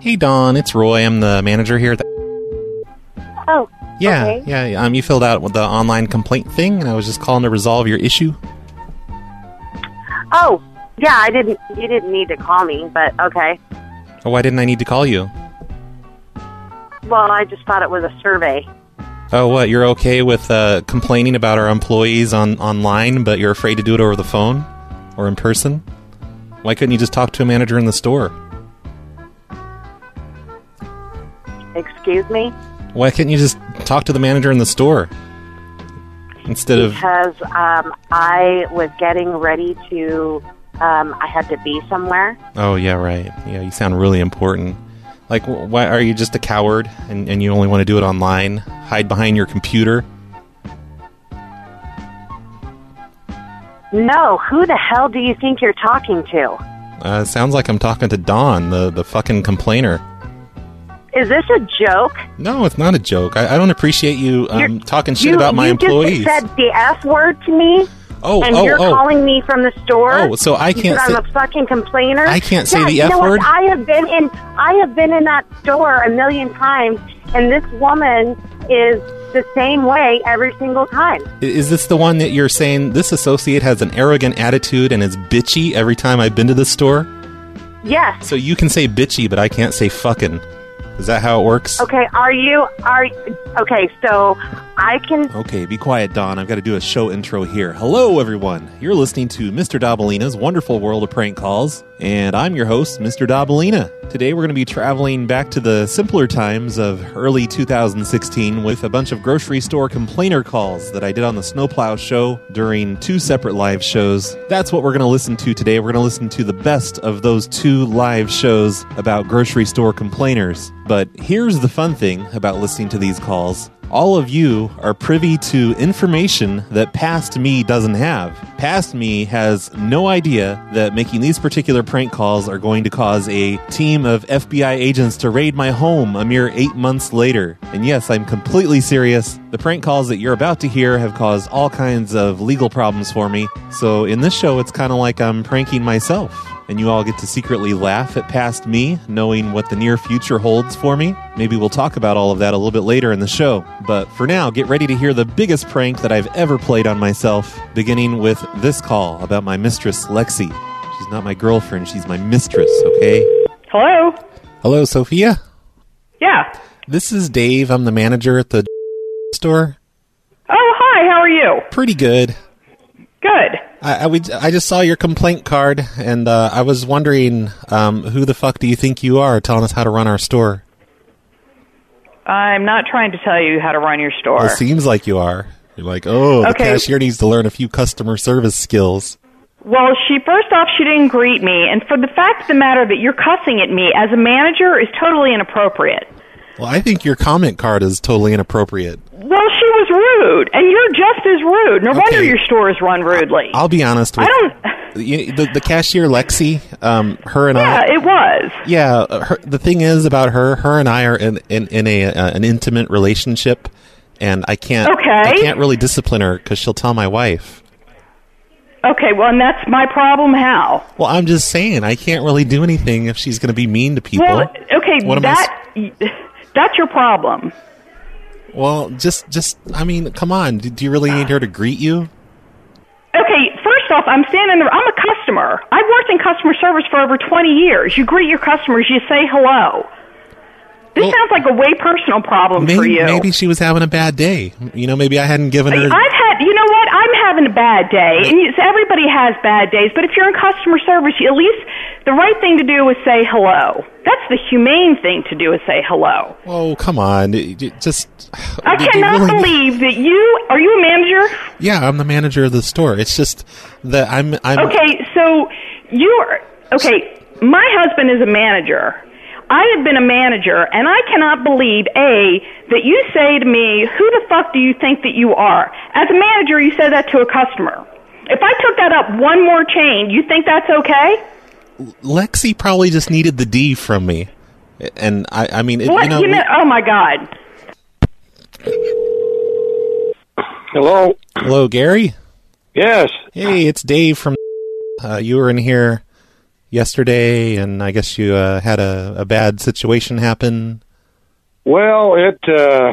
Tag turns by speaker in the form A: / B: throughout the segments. A: Hey, Don, it's Roy. I'm the manager here. At the-
B: Oh.
A: yeah,
B: Okay.
A: yeah. yeah. Um, you filled out the online complaint thing, and I was just calling to resolve your issue.
B: Oh. Yeah, I didn't. You didn't need to call me, but okay.
A: Oh, Why didn't I need to call you?
B: Well, I just thought it was a survey.
A: Oh, what? You're okay with uh, complaining about our employees on online, but you're afraid to do it over the phone or in person? Why couldn't you just talk to a manager in the store?
B: Excuse me,
A: Why couldn't you just talk to the manager in the store instead of?
B: because um, I was getting ready to. Um, I had to be somewhere.
A: Oh yeah, right. Yeah, you sound really important. Like, wh- why are you just a coward and, and you only want to do it online? Hide behind your computer?
B: No, who the hell do you think you're talking to?
A: Uh, sounds like I'm talking to Don, the the fucking complainer.
B: Is this a joke?
A: No, it's not a joke. I, I don't appreciate you um,
B: You're-
A: talking shit
B: you,
A: about my
B: you
A: employees.
B: just said the f word to me,
A: oh,
B: and
A: oh,
B: you're
A: oh.
B: calling me from the store.
A: Oh, so I
B: You
A: can't
B: said
A: say-
B: I'm a fucking complainer.
A: I can't say
B: Yeah,
A: the
B: you
A: F
B: know what?
A: word?
B: I have been in I have been in that store a million times, and this woman is the same way every single time.
A: I- Is this the one that you're saying this associate has an arrogant attitude and is bitchy every time I've been to this store?
B: Yes.
A: So you can say bitchy, but I can't say fucking. Is that how it works?
B: Okay. Are you are okay? So I can
A: Okay, be quiet, Don. I've got to do a show intro here. Hello, everyone. You're listening to Mr. Dabalina's Wonderful World of Prank Calls, and I'm your host, Mr. Dabalina. Today, we're going to be traveling back to the simpler times of early 2016 with a bunch of grocery store complainer calls that I did on the Snowplow show during two separate live shows. That's what we're going to listen to today. We're going to listen to the best of those two live shows about grocery store complainers. But here's the fun thing about listening to these calls. All of you are privy to information that past me doesn't have. Past me has no idea that making these particular prank calls are going to cause a team of FBI agents to raid my home a mere eight months later. And yes, I'm completely serious. The prank calls that you're about to hear have caused all kinds of legal problems for me. So in this show, it's kind of like I'm pranking myself and you all get to secretly laugh at past me, knowing what the near future holds for me. Maybe we'll talk about all of that a little bit later in the show. But for now, get ready to hear the biggest prank that I've ever played on myself, beginning with this call about my mistress, Lexi. She's not my girlfriend, she's my mistress, okay?
C: Hello.
A: Hello, Sophia.
C: Yeah.
A: This is Dave. I'm the manager at the store.
C: Oh, hi. How are you?
A: Pretty good.
C: Good.
A: I, I, we, I just saw your complaint card, and uh, I was wondering um, who the fuck do you think you are telling us how to run our store?
C: I'm not trying to tell you how to run your store.
A: It seems like you are. You're like, oh, the
C: Okay.
A: cashier needs to learn a few customer service skills.
C: Well, she first off, she didn't greet me, and for the fact of the matter that you're cussing at me as a manager is totally inappropriate.
A: Well, I think your comment card is totally inappropriate.
C: Well, she was rude, and you're just as rude. No wonder
A: Okay.
C: your store is run rudely.
A: I'll be honest with
C: I don't.
A: you. The, the cashier, Lexi, um, her and
C: Yeah,
A: I.
C: it was.
A: Yeah, uh, her, the thing is about her. Her and I are in in, in a uh, an intimate relationship, and I can't. I
C: Okay.
A: can't really discipline her because she'll tell my wife.
C: Okay. Well, and that's my problem. How?
A: Well, I'm just saying I can't really do anything if she's going to be mean to people.
C: Well, okay.
A: What am I s-
C: that that's your problem.
A: Well, just just I mean, come on. Do, do you really need her to greet you?
C: Okay, first off, I'm standing there. I'm a customer. I've worked in customer service for over 20 years. You greet your customers, you say hello. This
A: Well-
C: sounds like a way personal problem
A: maybe,
C: for you.
A: maybe she was having a bad day. You know, maybe I hadn't given her.
C: I've had, you know what? I'm having a bad day, and you, everybody has bad days. But if you're in customer service, you, at least the right thing to do is say hello. That's the humane thing to do is say hello.
A: oh, come on! It- it Just
C: I
A: did you
C: cannot
A: really-
C: believe that you are you a manager?
A: Yeah, I'm the manager of the store. It's just that I'm. I'm
C: Okay, so you're okay. My husband is a manager. I have been a manager, and I cannot believe a that you say to me, "Who the fuck do you think that you are?" As a manager, you say that to a customer. If I took that up one more chain, you think that's okay?
A: Lexi probably just needed the D from me, and I. I mean, it,
C: What
A: you know,
C: Oh my God!
D: Hello.
A: hello, Gary.
D: Yes.
A: Hey, it's Dave from. Uh, you were in here yesterday, and I guess you uh, had a, a bad situation happen.
D: Well, it, uh,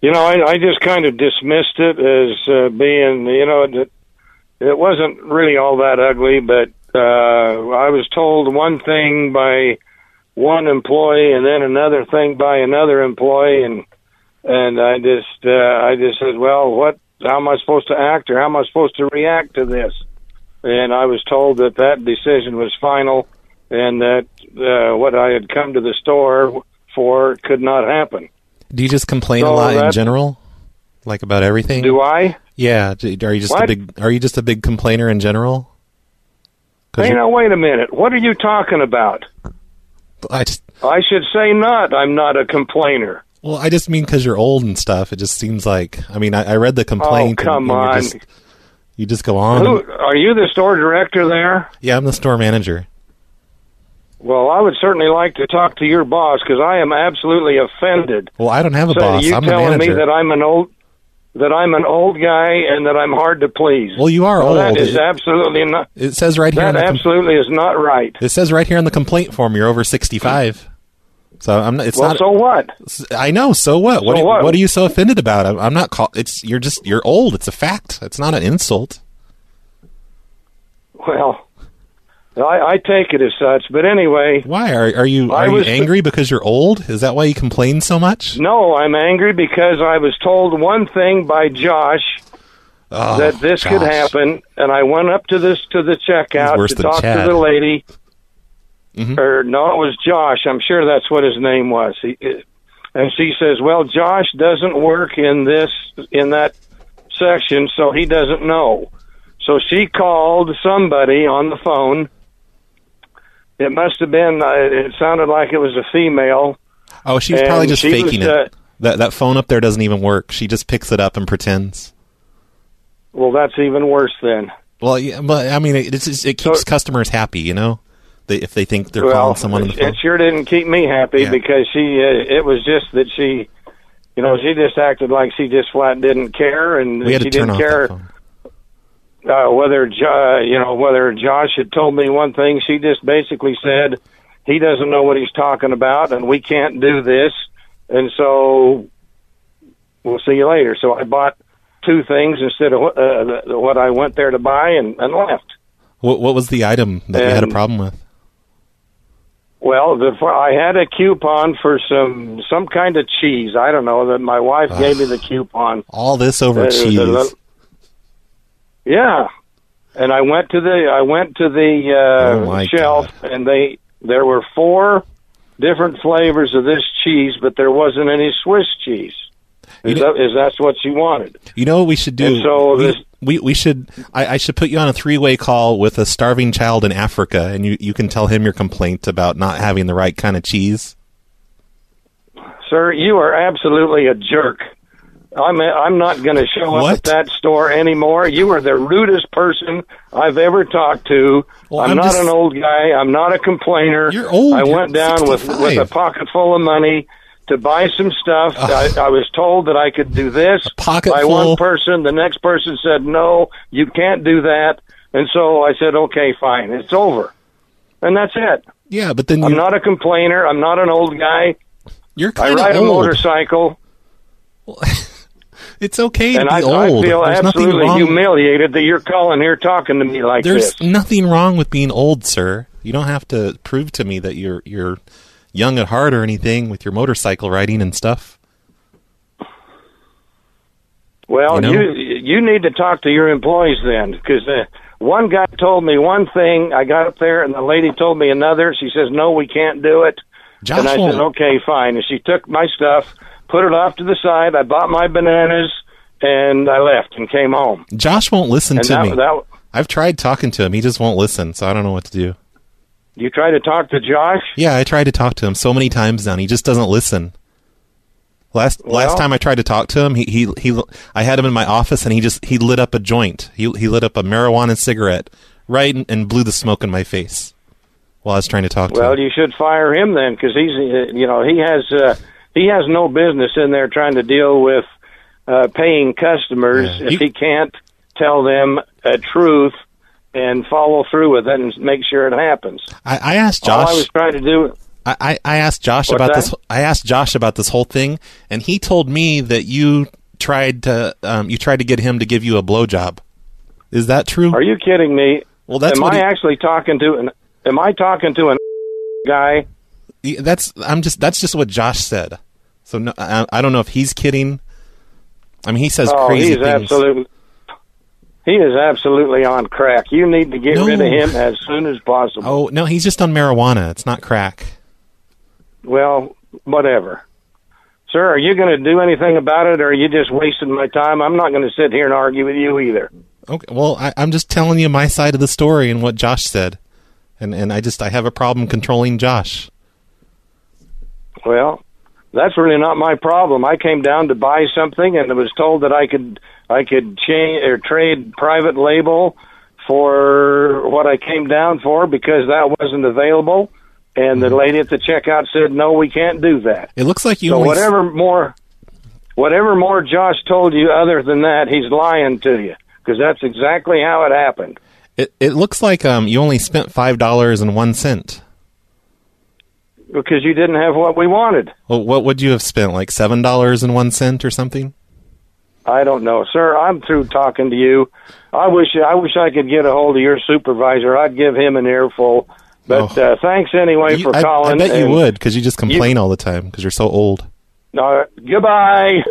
D: you know, I, I just kind of dismissed it as uh, being, you know, it, it wasn't really all that ugly, but uh, I was told one thing by one employee and then another thing by another employee, and and I just, uh, I just said, well, what? How am I supposed to act, or how am I supposed to react to this? And I was told that that decision was final, and that uh, what I had come to the store for could not happen.
A: Do you just complain a
D: No,
A: lot in
D: that-
A: general, like about everything?
D: Do I?
A: yeah. d- Are you just a
D: What?
A: big Are you just a big complainer in general? 'Cause
D: Hey,
A: you-
D: now wait a minute. What are you talking about?
A: I just
D: I should say not. I'm not a complainer.
A: well, I just mean because you're old and stuff. It just seems like I mean I, I read the complaint. and-
D: Oh, come
A: and you're
D: on.
A: Just, you just go on.
D: Who are you? The store director there?
A: yeah, I'm the store manager.
D: Well, I would certainly like to talk to your boss because I am absolutely offended.
A: Well, I don't have a
D: So
A: boss.
D: you
A: I'm the
D: telling me
A: manager.
D: that I'm an old that I'm an old guy and that I'm hard to please?
A: well, you are
D: Well,
A: old.
D: that is
A: It-
D: absolutely not.
A: It says right here. On
D: That
A: the com-
D: absolutely is not right.
A: it says right here on the complaint form. You're over 65. So I'm not. It's
D: Well,
A: not.
D: so what?
A: I know. So what? What,
D: So
A: are,
D: what?
A: what are you so offended about? I'm, I'm not. Call- it's you're just you're old. It's a fact. It's not an insult.
D: Well, I, I take it as such. But anyway,
A: Why are are you
D: I
A: are you
D: was-
A: angry because you're old? Is that why you complain so much?
D: No, I'm angry because I was told one thing by Josh
A: Oh,
D: that this could
A: gosh.
D: happen, and I went up to this to the
A: He's
D: checkout
A: worse
D: to
A: than
D: talk
A: Chad. Mm-hmm.
D: to the lady. Or no, it was Josh. I'm sure that's what his name was. He, and she says, "Well, Josh doesn't work in this in that section, so he doesn't know." So she called somebody on the phone. It must have been. uh, It sounded like it was a female.
A: Oh, she's probably
D: and
A: just
D: she was,
A: faking
D: uh,
A: it. That that phone up there doesn't even work. She just picks it up and pretends.
D: Well, that's even worse then.
A: Well, yeah, but I mean, it, it's, just- it keeps
D: So-
A: customers happy, you know. They, if they think they're
D: well,
A: calling someone on the
D: it-
A: phone.
D: It sure didn't keep me happy
A: Yeah.
D: because she. Uh, it was just that she, you know, she just acted like she just flat didn't care, and
A: We had to
D: she
A: turn
D: didn't
A: off
D: care
A: that phone.
D: uh, whether jo- uh, you know whether Josh had told me one thing. She just basically said he doesn't know what he's talking about, and we can't do this, and so we'll see you later. So I bought two things instead of what- uh, the- the- what I went there to buy, and, and left.
A: What what was the item that you had a
D: And-
A: problem with?
D: Well, the, I had a coupon for some some kind of cheese. I don't know that my wife gave me the coupon.
A: All this over
D: Uh,
A: Ah. cheese.
D: the- Yeah, and I went to the I went to the
A: Oh,
D: uh,
A: my
D: shelf, and they there were four different flavors of this cheese, but there wasn't any Swiss cheese.
A: You
D: Is,
A: know-
D: that, is that's what she wanted?
A: You know what we should do?
D: And so
A: we,
D: this-
A: we we should. I, I should put you on a three way call with a starving child in Africa, and you you can tell him your complaint about not having the right kind of cheese.
D: Sir, you are absolutely a jerk. I'm I'm not going to show
A: What?
D: up at that store anymore. You are the rudest person I've ever talked to.
A: Well,
D: I'm,
A: I'm
D: not
A: just-
D: an old guy. I'm not a complainer.
A: You're old.
D: I
A: You're
D: went down with
A: 65.
D: with a pocket full of money to buy some stuff. I, I was told that I could do this
A: A pocket
D: by
A: full?
D: one person. The next person said, "No, you can't do that." And so I said, "Okay, fine. It's over." And that's it.
A: Yeah, but then
D: I'm
A: you,
D: not a complainer. I'm not an old guy.
A: you're
D: I
A: kind
D: ride
A: of
D: a
A: old.
D: motorcycle.
A: It's okay to
D: and
A: be
D: I,
A: old.
D: I feel
A: There's nothing
D: absolutely
A: wrong.
D: humiliated that you're calling here talking to me like
A: There's
D: this.
A: nothing wrong with being old, sir. You don't have to prove to me that you're you're young at heart or anything with your motorcycle riding and stuff.
D: Well,
A: you
D: you,
A: know?
D: you need to talk to your employees then, because uh, one guy told me one thing. I got up there, and the lady told me another. She says, "No, we can't do it."
A: Josh
D: and I
A: won't-
D: said, "Okay, fine." And she took my stuff, put it off to the side. I bought my bananas, and I left and came home.
A: Josh won't listen
D: And
A: to
D: that,
A: me.
D: that
A: I've tried talking to him. He just won't listen, so I don't know what to do.
D: you try to talk to Josh.
A: Yeah, I tried to talk to him so many times now, and he just doesn't listen. Last last
D: Well-
A: time I tried to talk to him, he, he he I had him in my office, and he just he lit up a joint. He he lit up a marijuana cigarette right and, and blew the smoke in my face while I was trying to talk to
D: Well,
A: him.
D: you should fire him then, because he's uh, you know he has uh, he has no business in there trying to deal with uh, paying customers
A: Yeah.
D: if
A: You-
D: he can't tell them a truth and follow through with it and make sure it happens.
A: I, I asked
D: All
A: Josh.
D: I was trying to do.
A: I, I I asked Josh
D: What's
A: about
D: that?
A: this. I asked Josh about this whole thing, and he told me that you tried to um, you tried to get him to give you a blowjob. Is that true?
D: Are you kidding me?
A: well, that's
D: am
A: what
D: I
A: he-
D: actually talking to an? Am I talking to an guy?
A: he- that's. I'm just that's just what Josh said. So no, I, I don't know if he's kidding. I mean, he says
D: Oh,
A: crazy
D: he's
A: things.
D: absolutely. He is absolutely on crack. You need to get
A: No.
D: rid of him as soon as possible.
A: Oh no, he's just on marijuana. It's not crack.
D: Well, whatever. Sir, are you going to do anything about it, or are you just wasting my time? I'm not going to sit here and argue with you either.
A: Okay. Well, I, I'm just telling you my side of the story and what Josh said, and and I just I have a problem controlling Josh.
D: Well, that's really not my problem. I came down to buy something, and I was told that I could I could change or trade private label for what I came down for because that wasn't available. And the lady at the checkout said, "No, we can't do that."
A: It looks like you
D: So
A: only s-
D: whatever more, whatever more Josh told you other than that, he's lying to you because that's exactly how it happened.
A: It it looks like um you only spent five dollars and one cent.
D: Because you didn't have what we wanted.
A: Well, what would you have spent? Like seven dollars and one cent or something?
D: I don't know, sir. I'm through talking to you. I wish I wish I could get a hold of your supervisor. I'd give him an earful. But
A: Oh.
D: uh, thanks anyway
A: You-
D: for
A: I, I
D: calling.
A: bet you
D: and-
A: would because you just complain all the time because you're so old.
D: Uh, goodbye.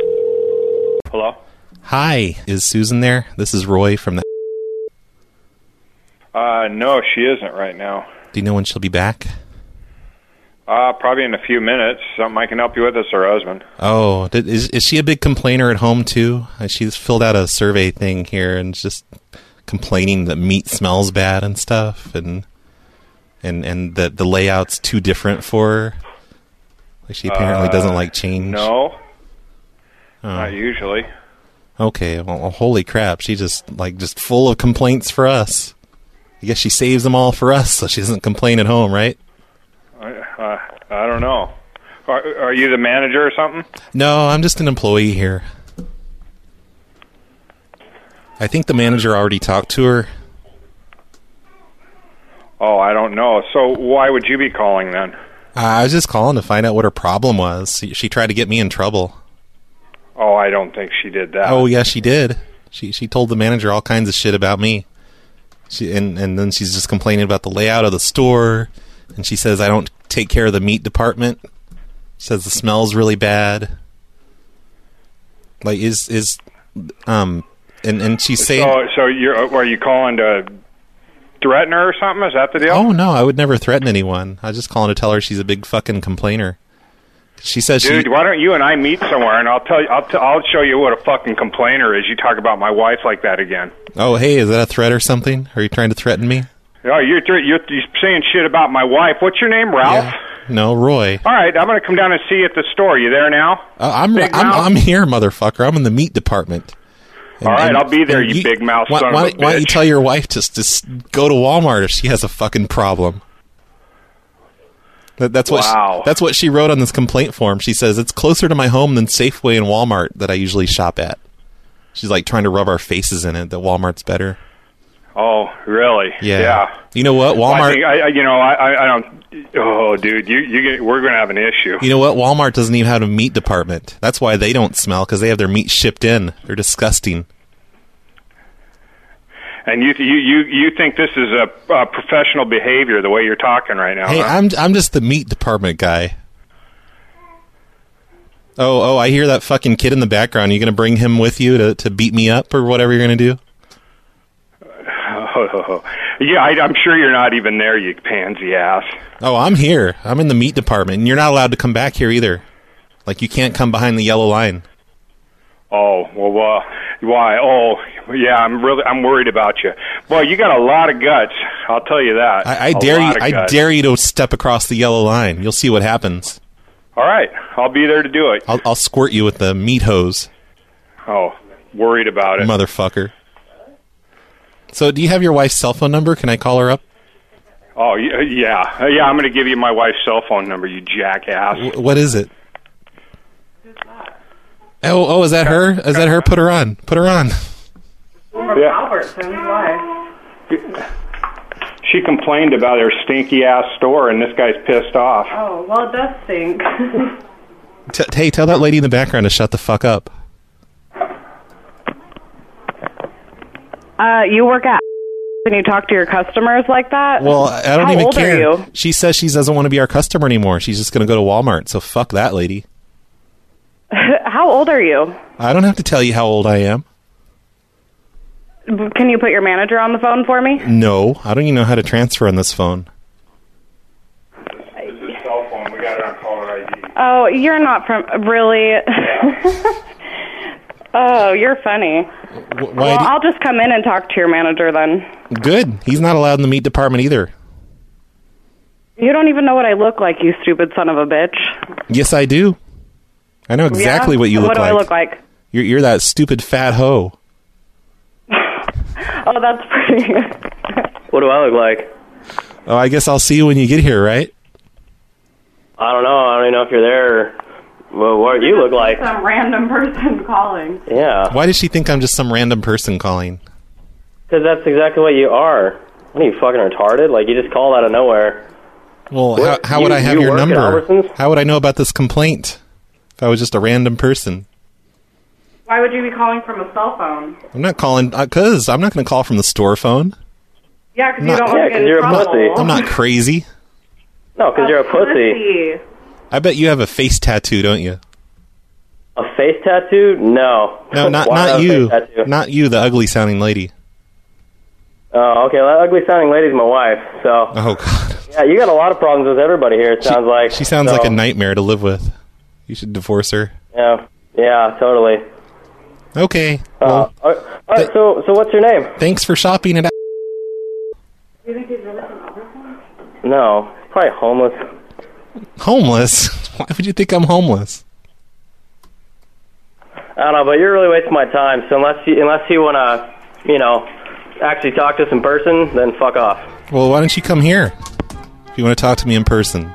E: Hello.
A: Hi, is Susan there? This is Roy from the.
E: Uh, no, she isn't right now.
A: Do you know when she'll be back?
E: Uh, probably in a few minutes. Something I can help you with is her husband.
A: Oh, did, is is she a big complainer at home too? Uh, She's filled out a survey thing here and just complaining that meat smells bad and stuff, and and and that the layout's too different for her. Like she apparently doesn't like change. Oh,
E: No. Not usually.
A: Okay, well, well, holy crap. She just, like, just full of complaints for us. I guess she saves them all for us so she doesn't complain at home, right?
E: Uh, I don't know. Are, are you the manager or something?
A: No, I'm just an employee here. I think the manager already talked to her.
E: Oh, I don't know. So why would you be calling then?
A: Uh, I was just calling to find out what her problem was. She, she tried to get me in trouble.
E: Oh, I don't think she did that.
A: Oh, yeah, she did. She she told the manager all kinds of shit about me. She and and then she's just complaining about the layout of the store, and she says I don't take care of the meat department. Says the smell's really bad. Like is is um and and she's saying
E: So, so you're are you calling to threaten her or something? Is that the deal?
A: oh no I would never threaten anyone. I was just calling to tell her she's a big fucking complainer. She says
E: Dude,
A: she
E: why don't you and I meet somewhere and I'll tell you, I'll, t- I'll show you what a fucking complainer is. You talk about my wife like that again.
A: oh hey is that a threat or something? Are you trying to threaten me?
E: Oh, you're, th- you're, you're saying shit about my wife. What's your name, Ralph?
A: No, Roy.
E: All right, I'm going to come down and see you at the store. You there now?
A: Uh, I'm,
E: Big
A: I'm
E: mouth.
A: I'm here, motherfucker. I'm in the meat department. And-
E: All right,
A: and-
E: I'll be there,
A: and
E: you big mouth
A: Why,
E: son of
A: why,
E: a
A: why don't you
E: bitch.
A: tell your wife to s- to s- go to Walmart if she has a fucking problem? That, that's what
E: Wow.
A: she, that's what she wrote on this complaint form. She says it's closer to my home than Safeway and Walmart that I usually shop at. She's like trying to rub our faces in it that Walmart's better.
E: Oh, really?
A: Yeah.
E: yeah.
A: You know what? Walmart.
E: I think I, I- you know, I, I, I don't. Oh, dude, you, you get, we're going to have an issue.
A: you know what? Walmart doesn't even have a meat department. That's why they don't smell because they have their meat shipped in. They're disgusting.
E: And you, you, you, you think this is a, uh professional behavior the way you're talking right now?
A: Hey,
E: huh?
A: I'm I'm just the meat department guy. Oh, oh, I hear that fucking kid in the background. You gonna bring him with you to, to beat me up or whatever you're gonna do?
E: yeah, I, I'm sure you're not even there, you pansy ass.
A: Oh, I'm here. I'm in the meat department, and you're not allowed to come back here either. Like you can't come behind the yellow line.
E: Oh well, well, why? Oh, yeah, I'm really, I'm worried about you. Boy, you got a lot of guts. I'll tell you that.
A: I, I
E: A
A: dare you.
E: lot of
A: I
E: guts.
A: dare you to step across the yellow line. You'll see what happens.
E: All right, I'll be there to do it.
A: I'll, I'll squirt you with the meat hose,
E: Oh, worried about it.
A: motherfucker. So, do you have your wife's cell phone number? Can I call her up?
E: Oh y- yeah, Uh, yeah. I'm going to give you my wife's cell phone number. You jackass.
A: Wh- What is it? Oh, oh, is that her? Is that her? Put her on. Put her on.
E: Yeah.
F: Albert, so his wife.
E: She complained about her stinky ass store, and this guy's pissed off.
F: Oh, well, it does stink.
A: T- hey, tell that lady in the background to shut the fuck up.
F: uh, you work at and you talk to your customers like that?
A: Well, I I don't
F: How
A: even
F: old
A: care.
F: Are you?
A: She says she doesn't want to be our customer anymore. She's just going to go to Walmart. So fuck that lady.
F: How old are you?
A: I don't have to tell you how old I am.
F: Can you put your manager on the phone for me?
A: No, I don't even know how to transfer on this phone.
E: This is cell phone. We got it on caller ID.
F: Oh, you're not from really. oh, you're funny.
A: W-
F: well,
A: why? do-
F: I'll just come in and talk to your manager then.
A: Good. He's not allowed in the meat department either.
F: You don't even know what I look like, you stupid son of a bitch.
A: Yes, I do. I know exactly
F: Yeah?
A: what you look
F: What do
A: like.
F: I look like?
A: You're, you're that stupid fat hoe.
F: Oh, that's pretty.
G: What do I look like?
A: Oh, I guess I'll see you when you get here, right?
G: I don't know. I don't even know if you're there. Well, what you look like?
F: Some random person calling.
G: Yeah,
A: Why does she think I'm just some random person calling?
G: because that's exactly what you are. What are you fucking retarded? Like you just called out of nowhere.
A: Well, how,
G: What?
A: how would
G: You-
A: I have
G: you
A: your
G: work at
A: number?
G: Albertsons?
A: How would I know about this complaint if I was just a random person?
F: Why would you be calling from a cell phone?
A: I'm not calling because I'm not going to call from the store phone.
F: Yeah, because you
A: Not-
F: don't
G: Yeah,
F: want to
G: 'cause
F: get in
G: you're a
F: trouble.
G: pussy.
A: I'm not crazy.
G: No, because you're a pussy.
F: pussy.
A: I bet you have a face tattoo, don't you?
G: A face tattoo? No.
A: No, not
G: Why
A: not
G: a face
A: you.
G: tattoo?
A: Not you, the ugly sounding lady.
G: Oh, okay. That ugly sounding lady's my wife. So
A: Oh god.
G: yeah, you got a lot of problems with everybody here. It sounds like
A: She sounds
G: So,
A: like a nightmare to live with. You should divorce her.
G: Yeah, yeah, totally.
A: Okay.
G: Uh,
A: well,
G: all right- all right, so so what's your name?
A: thanks for shopping at
H: Oh,
G: No, probably homeless.
A: homeless. Why would you think I'm homeless?
G: I don't know, but you're really wasting my time. So unless you unless you wanna, you know, actually talk to us in person, then fuck off.
A: Well, why don't you come here if you want to talk to me in person?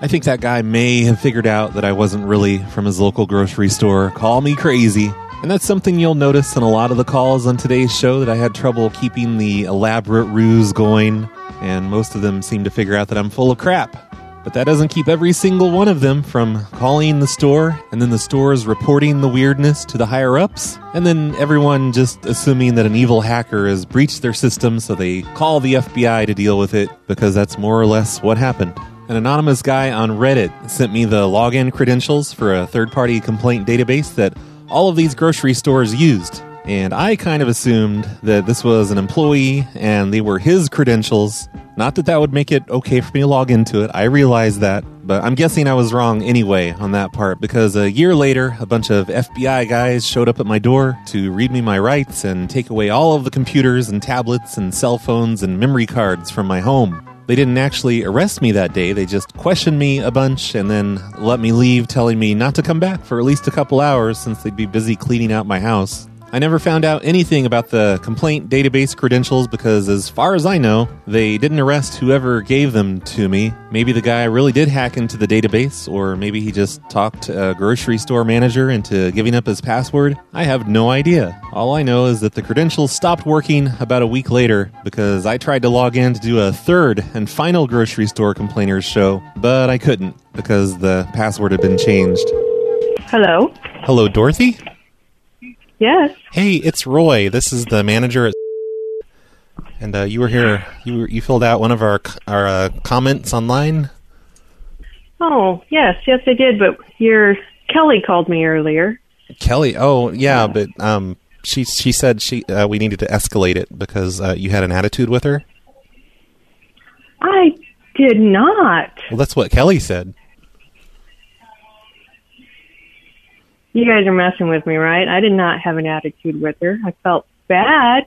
A: I think that guy may have figured out that I wasn't really from his local grocery store. Call me crazy. And that's something you'll notice in a lot of the calls on today's show that I had trouble keeping the elaborate ruse going, and most of them seem to figure out that I'm full of crap. But that doesn't keep every single one of them from calling the store, and then the stores reporting the weirdness to the higher ups, and then everyone just assuming that an evil hacker has breached their system, so they call the FBI to deal with it, because that's more or less what happened. An anonymous guy on Reddit sent me the login credentials for a third party complaint database that all of these grocery stores used. And I kind of assumed that this was an employee and they were his credentials. Not that that would make it okay for me to log into it. I realized that, but I'm guessing I was wrong anyway on that part because a year later, a bunch of FBI guys showed up at my door to read me my rights and take away all of the computers and tablets and cell phones and memory cards from my home. They didn't actually arrest me that day. They just questioned me a bunch and then let me leave, telling me not to come back for at least a couple hours since they'd be busy cleaning out my house. I never found out anything about the complaint database credentials because, as far as I know, they didn't arrest whoever gave them to me. Maybe the guy really did hack into the database, or maybe he just talked a grocery store manager into giving up his password. I have no idea. All I know is that the credentials stopped working about a week later because I tried to log in to do a third and final grocery store complainers show, but I couldn't because the password had been changed.
F: Hello?
A: Hello, Dorothy?
F: Yes.
A: Hey, it's Roy. This is the manager at. And uh, you were here. You were, you filled out one of our c- our uh, comments online.
I: Oh, yes, yes, I did. But your Kelly called me earlier.
A: Kelly. Oh, yeah, but um, she she said she uh, we needed to escalate it because uh, you had an attitude with her.
I: I did not.
A: Well, that's what Kelly said.
I: You guys are messing with me, right? I did not have an attitude with her. I felt bad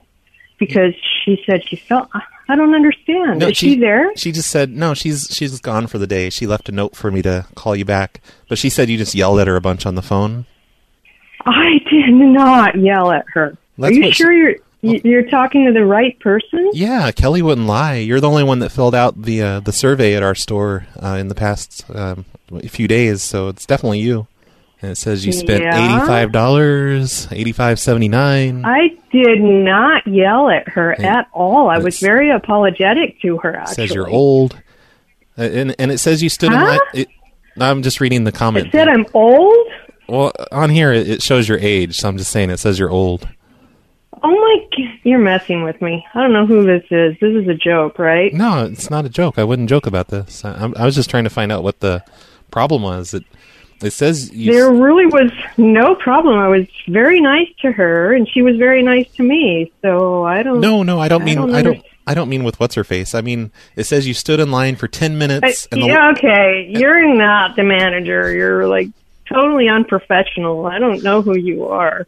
I: because she said she felt. I- I don't understand. Is she, there?
A: She just said no. She's she's gone for the day. She left a note for me to call you back, but she said you just yelled at her a bunch on the phone.
I: I did not yell at her.
A: That's
I: are you
A: what
I: sure you're you- you're talking to the right person?
A: Yeah, Kelly wouldn't lie. You're the only one that filled out the uh, the survey at our store uh, in the past um, few days, so it's definitely you. And it says you spent
I: Yeah.
A: $85, $85.79.
I: Mm-hmm. I did not yell at her
A: Hey,
I: at all. I was very apologetic to her.
A: It
I: Actually,
A: says you're old. Uh, And, and it says you stood in
I: Huh?
A: line. It, I'm just reading the comment.
I: said I'm old.
A: Well, on here it it shows your age, so I'm just saying it says you're old.
I: Oh my! g- You're messing with me. I don't know who this is. This is a joke, right?
A: No, it's not a joke. I wouldn't joke about this. I, I'm- I was just trying to find out what the problem was. It it says you
I: there really was no problem. I was very nice to her, and she was very nice to me. So I don't.
A: No, no, I don't mean I
I: under-
A: don't I don't mean with what's her face. I mean it says you stood in line for 10 minutes
I: I-
A: and the
I: yeah, okay. You're not the manager. You're like totally unprofessional. I don't know who you are.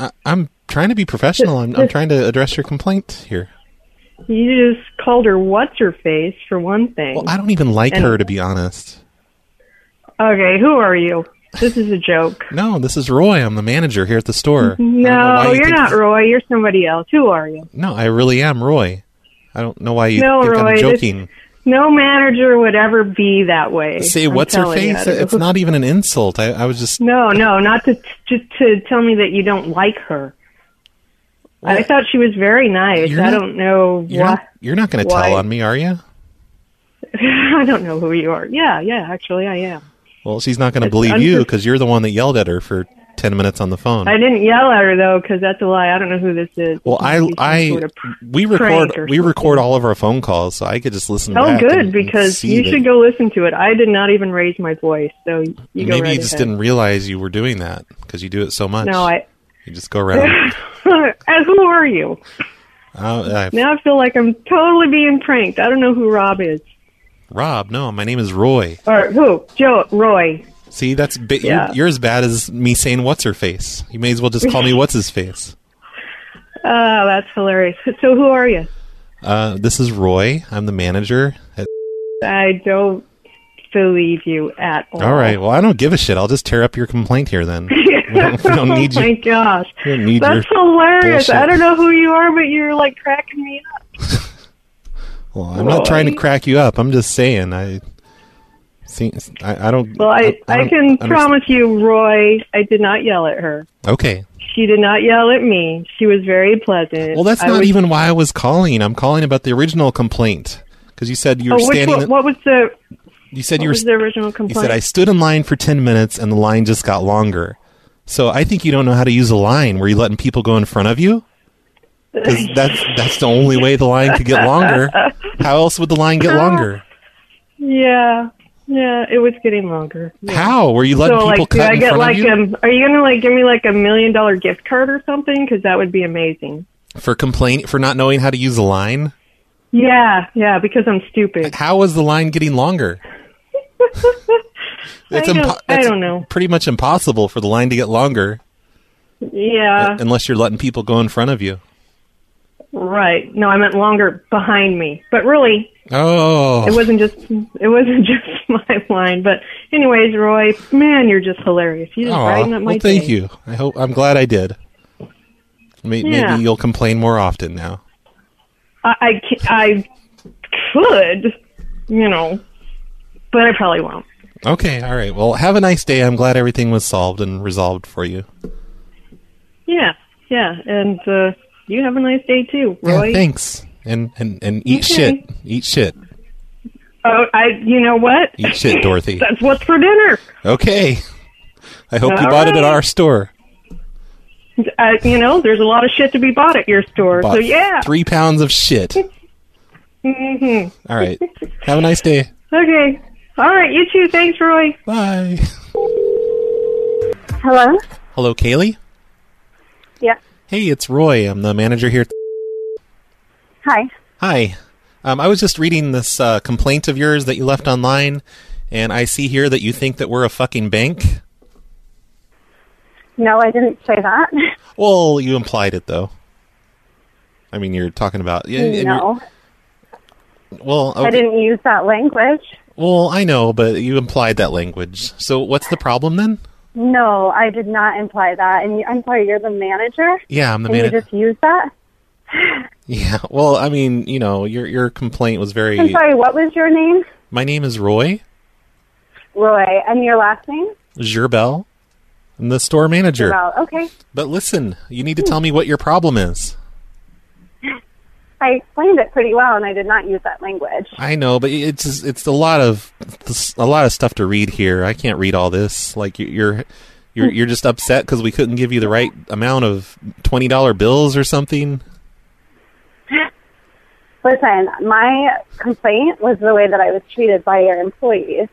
A: I, I'm trying to be professional. I'm, I'm trying to address your complaint here.
I: You just called her what's her face for one thing.
A: Well, I don't even like
I: And-
A: her to be honest.
I: Okay, who are you? This is a joke.
A: No, this is Roy. I'm the manager here at the store. why
I: No,
A: you
I: you're
A: think-
I: not Roy. You're somebody else. Who are you?
A: No, I really am Roy. I don't know why you
I: No,
A: think
I: Roy,
A: I'm
I: this-
A: joking.
I: No manager would ever be that way.
A: Say
I: I'm
A: what's her
I: telling you.
A: face? It's not even an insult. I, I was just
I: No, no, not to just to tell me that you don't like her. I thought she was very nice.
A: You're
I: I
A: not-
I: don't know
A: you're
I: why.
A: not, you're not going to
I: why-
A: tell on me, are you?
I: I don't know who you are. Yeah, yeah, actually, I am.
A: Well, she's not going to
I: It's
A: believe you you
I: unprof-
A: because you're the one that yelled at her for ten minutes on the phone.
I: I didn't yell at her though, because that's a lie. I don't know who this is.
A: Oh, well, I, I,
I: sort of
A: we
I: prank or
A: record, we record all of our phone calls, so I could just listen.
I: oh,
A: back and-
I: good,
A: and
I: because
A: see
I: you
A: that-
I: should go listen to it. I did not even raise my voice, so you go
A: Maybe
I: right
A: you just
I: ahead.
A: didn't realize you were doing that because you do it so much.
I: No, I.
A: You just go around.
I: And who are you?
A: uh, I,
I: Now I feel like I'm totally being pranked. I don't know who Rob is
A: Rob, no, my name is Roy.
I: or who Joe Roy.
A: See, that's bi-
I: Yeah.
A: you're, you're as bad as me saying what's her face. You may as well just call me what's his face.
I: Oh, that's hilarious. So who are you?
A: Uh, this is Roy. I'm the manager. At-
I: I don't believe you at all.
A: all right. Well, I don't give a shit. I'll just tear up your complaint here then. we, don't, we don't need
I: oh
A: you.
I: my gosh.
A: We don't need
I: That's
A: your
I: hilarious.
A: bullshit.
I: I don't know who you are, but you're like cracking me up.
A: Well, I'm not trying to crack you up. I'm just saying. I see. I, I don't.
I: Well, I, I,
A: don't
I: can
A: understand.
I: promise you, Roy, I did not yell at her.
A: Okay.
I: She did not yell at me. She was very pleasant.
A: Well, that's
I: I
A: not
I: was-
A: even why I was calling. I'm calling about the original complaint because you said you
I: Oh,
A: were
I: which,
A: standing.
I: what, what was the
A: you said
I: what
A: you were.
I: was the original
A: you
I: complaint?
A: said I stood in line for ten minutes and the line just got longer. So I think you don't know how to use a line. Were you letting people go in front of you? 'Cause that's that's the only way the line could get longer. How else would the line get longer?
I: yeah, yeah. It was getting longer. Yeah.
A: How were you letting
I: so,
A: people
I: like, do
A: cut
I: I
A: in
I: get
A: front
I: like
A: of you
I: um? Are you gonna like give me like a million dollar gift card or something? Because that would be amazing.
A: for complaint for not knowing how to use a line?
I: Yeah, yeah. Because I'm stupid.
A: How was the line getting longer? It's
I: I, don't,
A: impo-
I: I
A: it's
I: don't know.
A: Pretty much impossible for the line to get longer
I: Yeah,
A: unless you're letting people go in front of you.
I: right. No, I meant longer behind me. But really,
A: Oh,
I: it wasn't just it wasn't just my line. But anyways, Roy, man, you're just hilarious. You just
A: aw.
I: brighten up my
A: well, thank
I: day.
A: you. I hope I'm glad I did. May-
I: Yeah.
A: Maybe you'll complain more often now.
I: I, I ca- I could, you know, but I probably won't.
A: Okay, all right. Well, have a nice day. I'm glad everything was solved and resolved for you.
I: Yeah, yeah, and uh, you have a nice day too,
A: Yeah,
I: Roy.
A: thanks. And and and eat
I: Okay.
A: shit. Eat shit.
I: oh, I, you know what?
A: Eat shit, Dorothy.
I: That's what's for dinner.
A: okay. I hope you
I: All
A: bought it at
I: right.
A: our store.
I: Uh, you know, there's a lot of shit to be bought at your store.
A: Bought
I: so yeah. Mm-hmm.
A: three pounds of shit. mm-hmm. right. Have a nice day.
I: Okay. All right, you too. Thanks, Roy.
A: Bye.
B: Hello?
A: Hello, Kaylee.
B: Yeah.
A: Hey, it's Roy. I'm the manager here.
B: Hi.
A: Hi. Um, I was just reading this uh, complaint of yours that you left online, and I see here that you think that we're a fucking bank.
B: No, I didn't say that.
A: Well, you implied it though. I mean, you're talking about yeah. and
B: no,
A: you're- Well, okay.
B: I didn't use that language.
A: well, I know, but you implied that language. So, what's the problem then?
B: No, I did not imply that. And you, I'm sorry, you're the manager?
A: Yeah, I'm the
B: and you
A: manager.
B: just use that?
A: Yeah. Well, I mean, you know, your your complaint was very.
B: I'm sorry, what was your name?
A: My name is Roy
B: Roy. And your last name?
A: Gerbel. I'm the store manager.
B: Well, okay.
A: But listen, you need to tell me what your problem is.
B: I explained it pretty well, and I did not use that language.
A: I know, but it's just- it's a lot of it's a lot of stuff to read here. I can't read all this. Like you- you're you're you're just upset because we couldn't give you the right amount of twenty dollar bills or something.
B: Listen, my complaint was the way that I was treated by your employees.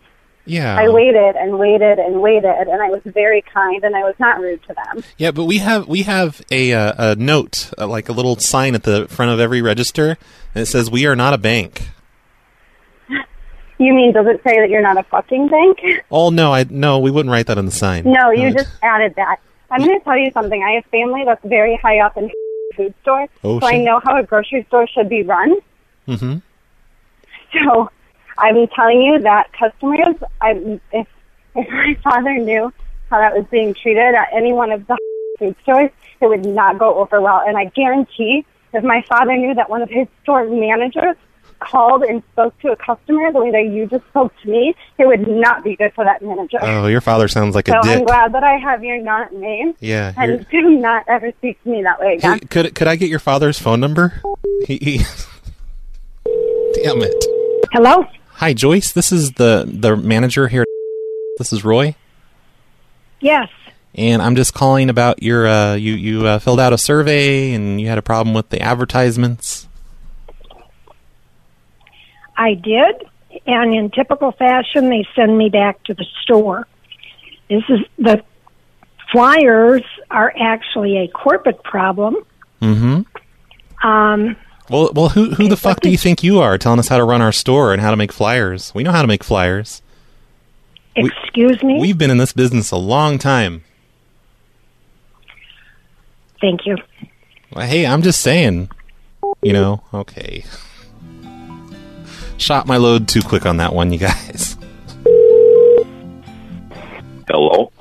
A: Yeah,
B: I waited and waited and waited, and I was very kind, and I was not rude to them.
A: Yeah, but we have we have a uh, a note, uh, like a little sign at the front of every register, and it says we are not a bank.
B: You mean does it say that you're not a fucking bank?
A: Oh no, I no, we wouldn't write that on the sign.
B: No, you
A: Uh,
B: just added that. I'm going to tell you something. I have family that's very high up in food store,
A: Oh,
B: so I
A: shit.
B: know how a grocery store should be run.
A: Mhm.
B: So I'm telling you that customers, I, if, if my father knew how that was being treated at any one of the food stores, it would not go over well. And I guarantee if my father knew that one of his store managers called and spoke to a customer the way that you just spoke to me, it would not be good for that manager.
A: Oh, your father sounds like
B: so
A: a dick.
B: I'm glad that I have your not name.
A: Yeah,
B: And do not ever speak to me that way again.
A: Hey, could could I get your father's phone number? He, he Damn it.
B: Hello?
A: Hi Joyce, this is the the manager here. This is Roy,
J: Yes.
A: and I'm just calling about your uh you you uh, filled out a survey and you had a problem with the advertisements.
J: I did, and in typical fashion, they send me back to the store. This is the flyers are actually a corporate problem.
A: Mhm.
J: Um,
A: Well, well, who who the fuck do you think you are telling us how to run our store and how to make flyers? We know how to make flyers.
J: Excuse me?
A: We've been in this business a long time.
J: thank you.
A: Well, Hey, I'm just saying. You know, okay. Shot my load too quick on that one, you guys.
K: Hello.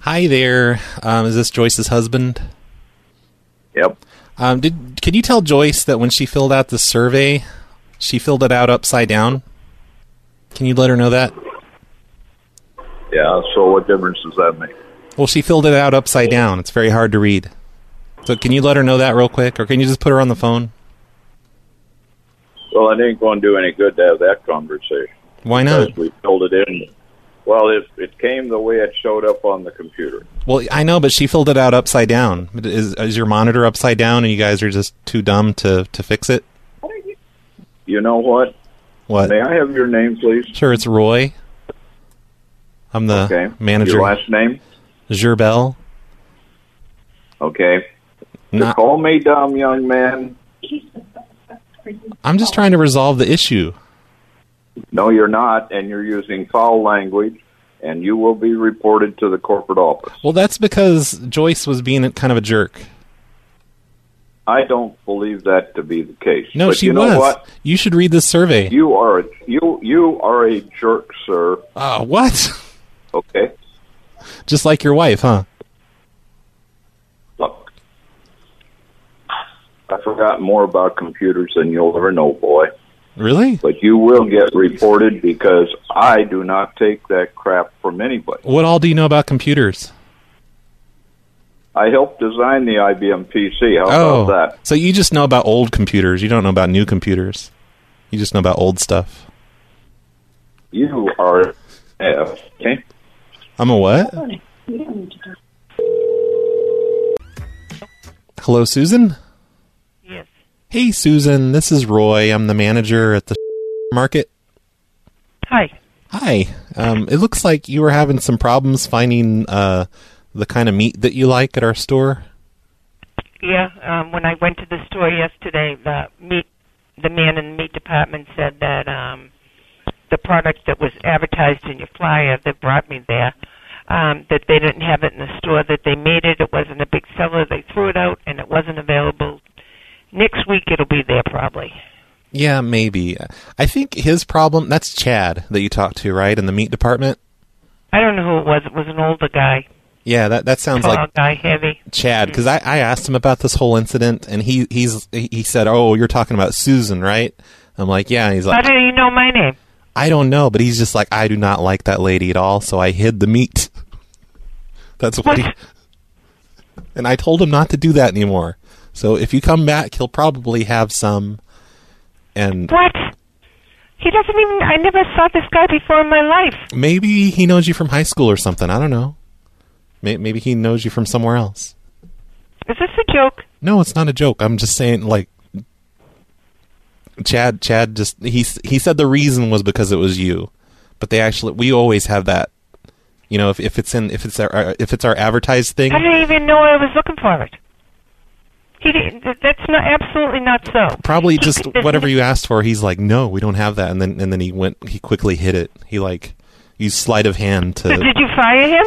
A: Hi there. Um, is this Joyce's husband?
K: Yep.
A: Um, did can you tell Joyce that when she filled out the survey, she filled it out upside down? Can you let her know that?
K: Yeah. So what difference does that make?
A: Well, she filled it out upside down. It's very hard to read. So can you let her know that real quick, or can you just put her on the phone?
K: Well, it ain't going to do any good to have that conversation.
A: Why not?
K: Because we filled it in. Well, it it came the way it showed up on the computer.
A: Well, I know, but she filled it out upside down. Is, is your monitor upside down, and you guys are just too dumb to, to fix it?
K: You know what?
A: What?
K: May I have your name, please?
A: Sure, it's Roy. I'm the Uh, manager.
K: Your last name?
A: Gerbel.
K: Okay.
A: No.
K: You call me dumb, young man.
A: I'm just trying to resolve the issue.
K: No, you're not, and you're using foul language, and you will be reported to the corporate office.
A: Well, that's because Joyce was being kind of a jerk.
K: I don't believe that to be the case.
A: No,
K: but
A: she
K: you know
A: was.
K: what?
A: You should read this survey.
K: You are a you you are a jerk, sir.
A: Ah, what?
K: Okay.
A: Just like your wife, huh?
K: Look, I forgot more about computers than you'll ever know, boy.
A: Really?
K: But you will get reported because I do not take that crap from anybody.
A: What all do you know about computers?
K: I helped design the IBM PC. How
A: oh,
K: about that?
A: so you just know about old computers. You don't know about new computers. You just know about old stuff.
K: You are F. Okay.
A: I'm a what? Hello, Susan?
L: Yes.
A: Hey, Susan. This is Roy. I'm the manager at the market.
L: Hi.
A: Hi. Um, it looks like you were having some problems finding uh, the kind of meat that you like at our store.
L: Yeah, um, when I went to the store yesterday, the meat, the man in the meat department said that um, the product that was advertised in your flyer that brought me there, um, that they didn't have it in the store, that they made it, it wasn't a big seller, they threw it out, and it wasn't available. Next week it'll be there probably.
A: Yeah, maybe. I think his problem that's Chad that you talked to, right, in the meat department?
L: I don't know who it was. It was an older guy,
A: Yeah, that that sounds
L: tall
A: like
L: guy, heavy.
A: Chad, because I, I asked him about this whole incident, and he he's he said, "Oh, you're talking about Susan, right?" I'm like, "Yeah." And he's
L: How
A: like,
L: do you know my name?
A: "I don't know," but he's just like, "I do not like that lady at all, so I hid the meat." That's what he. And I told him not to do that anymore. So if you come back, he'll probably have some. And
L: What? He doesn't even. I never saw this guy before in my life.
A: maybe he knows you from high school or something. I don't know. May- Maybe he knows you from somewhere else.
L: Is this a joke?
A: No, it's not a joke. I'm just saying, like, Chad. Chad just he s- he said the reason was because it was you, but they actually we always have that. You know, if if it's in if it's our uh, if it's our advertised thing,
L: I didn't even know I was looking for it. He didn't, th- that's not absolutely not so.
A: probably just whatever you asked for he's like no we don't have that and then and then he went he quickly hit it he like used sleight of hand
L: So did
A: to
L: you fire him?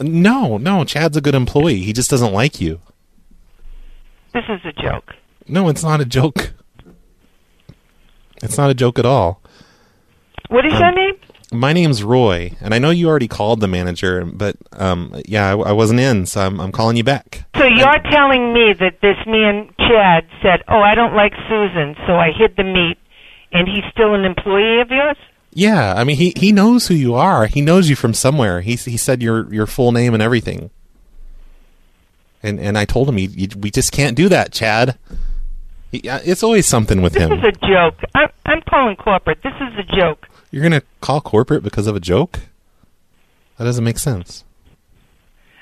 A: no no chad's a good employee he just doesn't like you
L: This is a joke.
A: no it's not a joke it's not a joke at all
L: What is
A: Um,
L: your name?
A: my name's roy and i know you already called the manager but um yeah i, I wasn't in so I'm, I'm calling you back
L: So you're telling me that this man Chad said, "Oh, I don't like Susan, so I hid the meat," and he's still an employee of yours?
A: yeah i mean he he knows who you are he knows you from somewhere he s- he said your your full name and everything and and i told him he, you- we just can't do that chad He- uh, it's always something with
L: This
A: him
L: is a joke. I'm, I'm calling corporate. This is a joke.
A: You're gonna call corporate because of a joke? That doesn't make sense.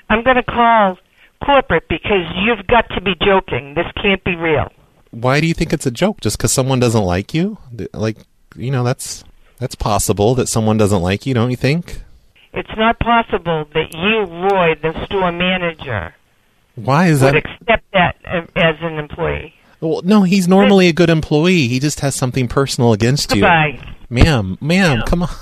L: I'm going to call corporate because you've got to be joking. This can't be real.
A: Why do you think it's a joke? Just because someone doesn't like you? Th- Like, you know, that's that's possible that someone doesn't like you, don't you think?
L: It's not possible that you, Roy, the store manager,
A: Why is that?
L: would accept that a- as an employee.
A: well, no, he's normally a good employee. He just has something personal against you,
L: Goodbye.
A: ma'am. Ma'am, come on.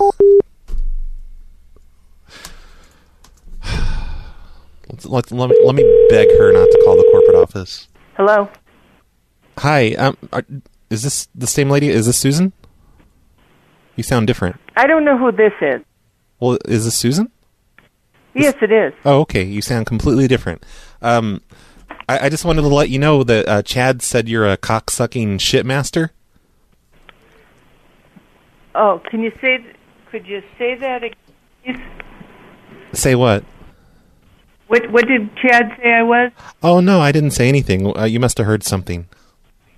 A: Let's- Let, let, me, let me beg her not to call the corporate office.
H: Hello.
A: Hi, um, are, is this the same lady? Is this Susan? You sound different.
H: I don't know who this is.
A: Well, is this Susan?
H: Yes, it is.
A: Oh, okay. You sound completely different. Um, I, I just wanted to let you know that uh, Chad said you're a cocksucking shitmaster.
H: Oh, can you say? Could you say that again?
A: Say what?
H: What What did Chad say I was?
A: Oh no, I didn't say anything. Uh, you must have heard something.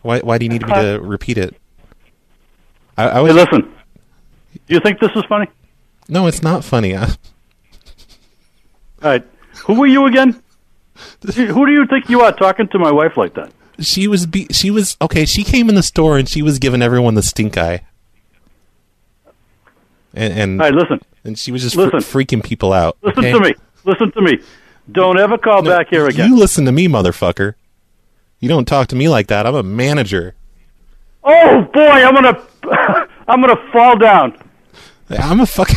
A: Why? Why do you need me
M: Uh-huh.
A: to repeat it? I, I was, listen.
M: Do you think this is funny?
A: No, it's not funny. I,
M: All right. Who were you again? You- Who do you think you are talking to my wife like that?
A: she was. Be, she was okay. She came in the store and she was giving everyone the stink eye. And, and
M: All right, listen.
A: And she was just fr-
M: Listen.
A: freaking people out.
M: Listen
A: okay?
M: to me. Listen to me. Don't ever call back here again.
A: You listen to me, motherfucker. You don't talk to me like that. I'm a manager.
M: Oh boy, I'm gonna, I'm gonna fall down.
A: I'm a fucking.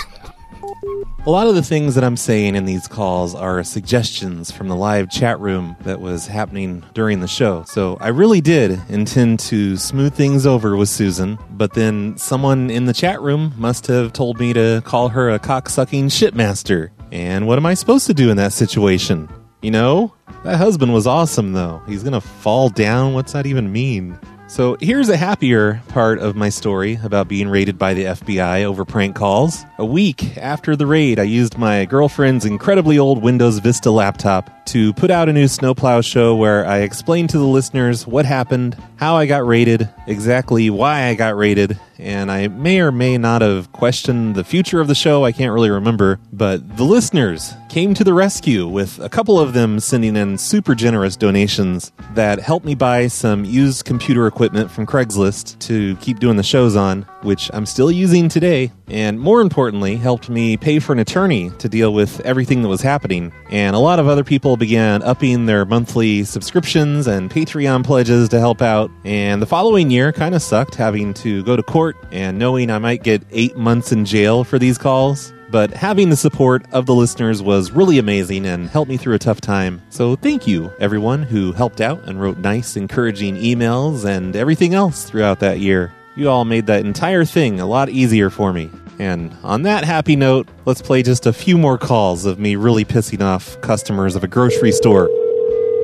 A: A lot of the things that I'm saying in these calls are suggestions from the live chat room that was happening during the show. So I really did intend to smooth things over with Susan, but then someone in the chat room must have told me to call her a cocksucking shitmaster. And what am I supposed to do in that situation? You know? That husband was awesome, though. He's gonna fall down. What's that even mean? So here's a happier part of my story about being raided by the FBI over prank calls. A week after the raid, I used my girlfriend's incredibly old Windows Vista laptop to put out a new snowplow show where I explained to the listeners what happened, how I got raided, exactly why I got raided, and I may or may not have questioned the future of the show. I can't really remember, but the listeners came to the rescue with a couple of them sending in super generous donations that helped me buy some used computer equipment from Craigslist to keep doing the shows on, which I'm still using today, and more importantly, helped me pay for an attorney to deal with everything that was happening. And a lot of other people began upping their monthly subscriptions and Patreon pledges to help out. And the following year kind of sucked having to go to court and knowing I might get eight months in jail for these calls but having the support of the listeners was really amazing and helped me through a tough time. So thank you, everyone who helped out and wrote nice, encouraging emails and everything else throughout that year. You all made that entire thing a lot easier for me. And on that happy note, let's play just a few more calls of me really pissing off customers of a grocery store.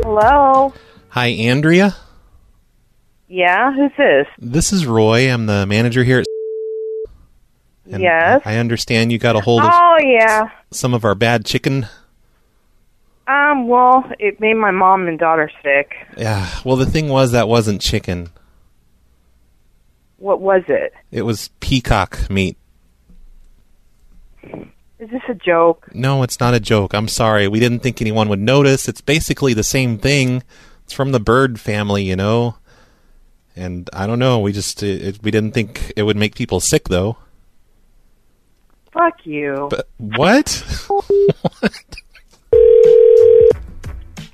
H: Hello.
A: Hi, Andrea.
H: Yeah, who's this?
A: This is Roy. I'm the manager here at.
H: yes.
A: I understand you got a hold of
H: Oh yeah.
A: some of our bad chicken.
H: Um, well, it made my mom and daughter sick.
A: Yeah. Well, the thing was that wasn't chicken.
H: What was it?
A: It was peacock meat.
H: Is this a joke?
A: No, it's not a joke. I'm sorry. We didn't think anyone would notice. It's basically the same thing. It's from the bird family, you know. And I don't know. We just it, it- we didn't think it would make people sick, though.
H: Fuck you.
A: But what?
H: so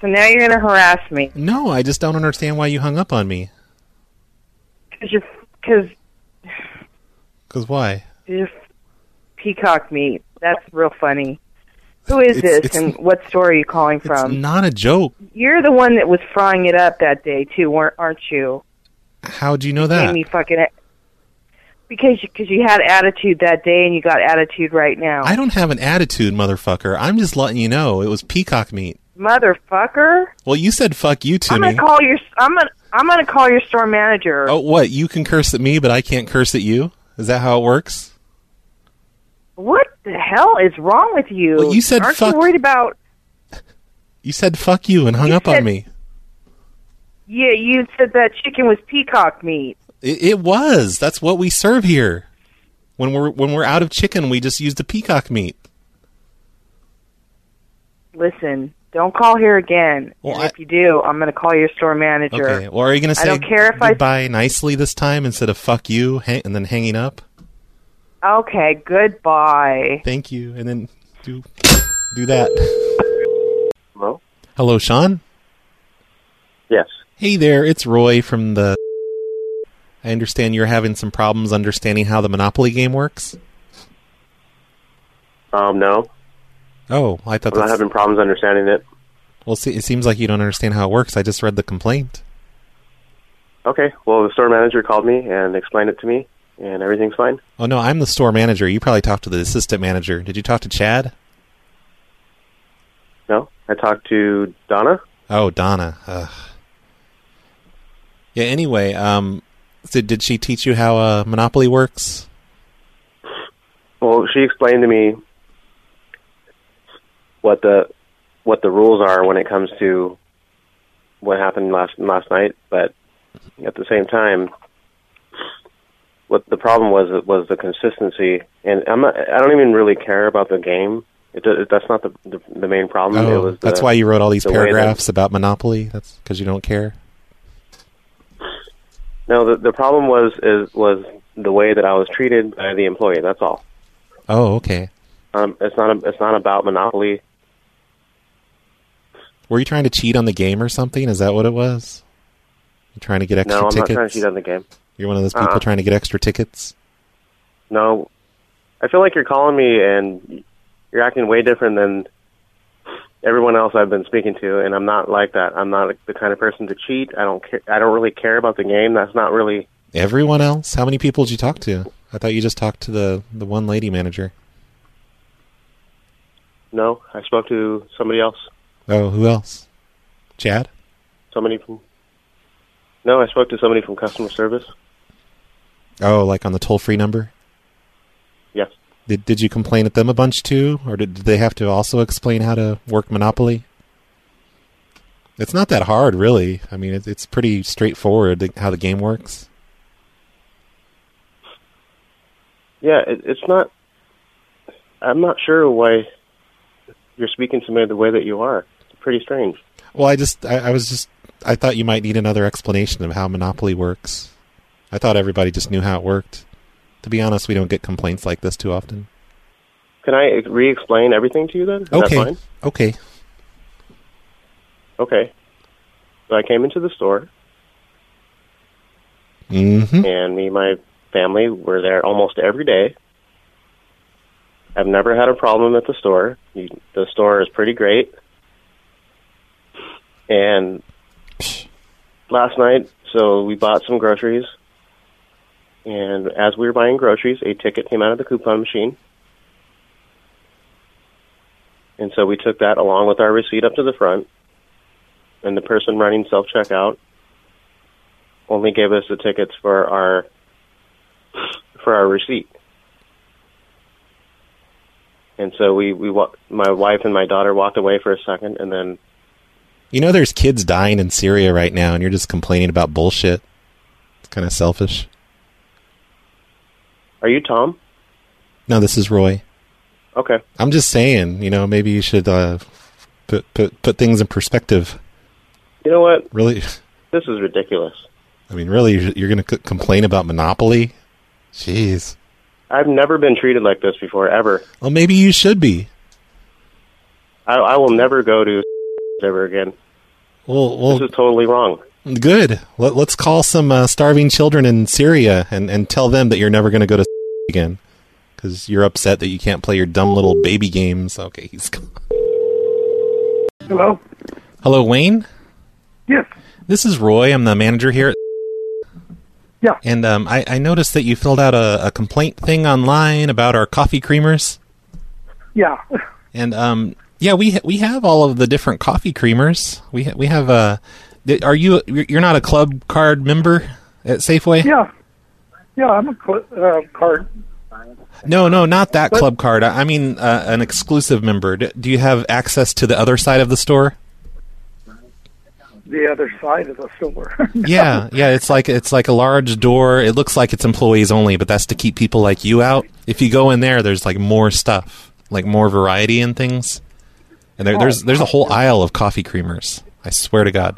H: now you're gonna harass me
A: No, I just don't understand why you hung up on me.
H: because you're because
A: Cause why?
H: you're peacock meat. That's real funny. Who is
A: It's-
H: this,
A: it's-
H: and what store are you calling from?
A: Not a joke.
H: You're the one that was frying it up that day too, weren't aren't you?
A: How'd you know
H: Made
A: that?
H: me fucking because because you had attitude that day and you got attitude right now,
A: I don't have an attitude, motherfucker. I'm just letting you know it was peacock meat.
H: motherfucker.
A: Well, you said fuck you to
H: I'm
A: me.
H: gonna call your I'm gonna I'm gonna call your store manager.
A: Oh, what? You can curse at me, but I can't curse at you? Is that how it works?
H: What the hell is wrong with you?
A: Well, you said
H: aren't
A: fuck-
H: you worried about?
A: You said fuck you and hung up on me.
H: Yeah, you said that chicken was peacock meat.
A: It, it was. That's what we serve here. When we're when we're out of chicken, we just use the peacock meat.
H: Listen, don't call here again.
A: Well,
H: and if you do, I'm gonna call your store manager.
A: Okay. Well, are you going to say
H: I don't care if I
A: goodbye nicely this time instead of fuck you hang, and then hanging up?
H: Okay, goodbye.
A: Thank you. And then do do that.
K: Hello?
A: Hello, Sean.
K: Yes.
A: Hey there, it's Roy from the. I understand you're having some problems understanding how the Monopoly game works.
G: Um, no,
A: Oh, I
G: I'm
A: thought
G: not
A: that's.
G: having problems understanding it.
A: Well, see, it seems like you don't understand how it works. I just read the complaint.
G: Okay, well, the store manager called me and explained it to me, and everything's fine.
A: Oh no, I'm the store manager. You probably talked to the assistant manager. Did you talk to Chad?
G: No, I talked to Donna.
A: Oh, Donna. Ugh. Yeah. Anyway, um, so did she teach you how uh, Monopoly works?
G: Well, she explained to me what the what the rules are when it comes to what happened last last night, but at the same time, what the problem was was the consistency, and I'm not, I don't even really care about the game. It, do- that's not the the, the main problem. Um, it
A: Oh,
G: was
A: that's
G: the-
A: why you wrote all these
G: the way that-
A: paragraphs about Monopoly. That's because you don't care.
G: No, the, the problem was is was the way that I was treated by the employee. That's all.
A: Oh, okay.
G: Um, it's not a, it's not about monopoly.
A: Were you trying to cheat on the game or something? Is that what it was? You trying to get extra
G: no, I'm
A: tickets?
G: not trying to cheat on the game.
A: You're one of those people
G: Uh-uh.
A: trying to get extra tickets.
G: No, I feel like you're calling me and you're acting way different than everyone else I've been speaking to, and I'm not like that. I'm not the kind of person to cheat. I don't care. I don't really care about the game. That's not really.
A: Everyone else? How many people did you talk to? I thought you just talked to the the one lady manager.
G: No, I spoke to somebody else.
A: Oh, who else? Chad?
G: Somebody from. No, I spoke to somebody from customer service.
A: Oh, like on the toll free number?
G: Yes.
A: Did did you complain at them a bunch too, or did, did they have to also explain how to work Monopoly? It's not that hard, really. I mean, it, it's pretty straightforward like, how the game works.
G: Yeah, it, it's not. I'm not sure why you're speaking to me the way that you are. It's pretty strange.
A: Well, I just, I, I was just, I thought you might need another explanation of how Monopoly works. I thought everybody just knew how it worked. To be honest, we don't get complaints like this too often.
G: Can I re-explain everything to you then? Is
A: okay,
G: that fine?
A: okay.
G: Okay. So I came into the store,
A: Mm-hmm.
G: and me and my family were there almost every day. I've never had a problem at the store. You, the store is pretty great. And last night, so we bought some groceries. And as we were buying groceries, a ticket came out of the coupon machine. And so we took that along with our receipt up to the front. And the person running self checkout only gave us the tickets for our for our receipt. And so we we wa- my wife and my daughter walked away for a second, and then
A: You know, there's kids dying in Syria right now, and you're just complaining about bullshit. It's kind of selfish.
G: are you Tom?
A: No, this is Roy.
G: Okay.
A: I'm just saying, you know, maybe you should uh, put put put things in perspective.
G: You know what?
A: Really,
G: This is ridiculous.
A: I mean, really, you're- you're going to c- complain about monopoly? Jeez.
G: I've never been treated like this before ever.
A: Well, maybe you should be.
G: I, I will never go to ever again.
A: Well, well,
G: This is totally wrong.
A: good. Let, let's call some uh, starving children in Syria and and tell them that you're never going to go to again because you're upset that you can't play your dumb little baby games. Okay, he's gone.
N: Hello?
A: Hello, Wayne.
N: Yes.
A: This is Roy. I'm the manager here. At
N: yeah.
A: And um, I, I noticed that you filled out a, a complaint thing online about our coffee creamers.
N: Yeah.
A: And um, yeah, we ha- we have all of the different coffee creamers. We ha- we have uh, th- are you you're not a club card member at Safeway?
N: Yeah. Yeah, I'm a cl- uh, card.
A: No, no, not that club card. I I mean uh, an exclusive member. D- do you have access to the other side of the store?
N: The other side of the silver.
A: Yeah, yeah. It's like it's like a large door. It looks like it's employees only, but that's to keep people like you out. If you go in there, there's like more stuff, like more variety and things. And there, there's there's a whole aisle of coffee creamers. I swear to God.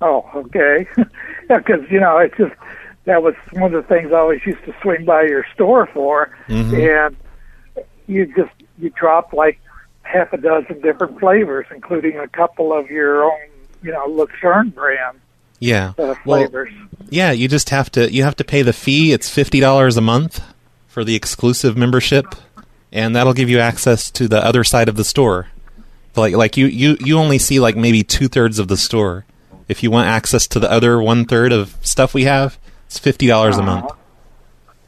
N: oh, okay. yeah, because you know, it's just that was one of the things I always used to swing by your store for,
A: Mhm.
N: and you just you dropped like half a dozen different flavors, including a couple of your own, you know, Lucerne brand
A: Yeah.
N: uh,
A: Well,
N: flavors.
A: yeah. You just have to you have to pay the fee. It's fifty dollars a month for the exclusive membership, and that'll give you access to the other side of the store. Like like you you you only see like maybe two thirds of the store. If you want access to the other one third of stuff we have, it's fifty dollars a month.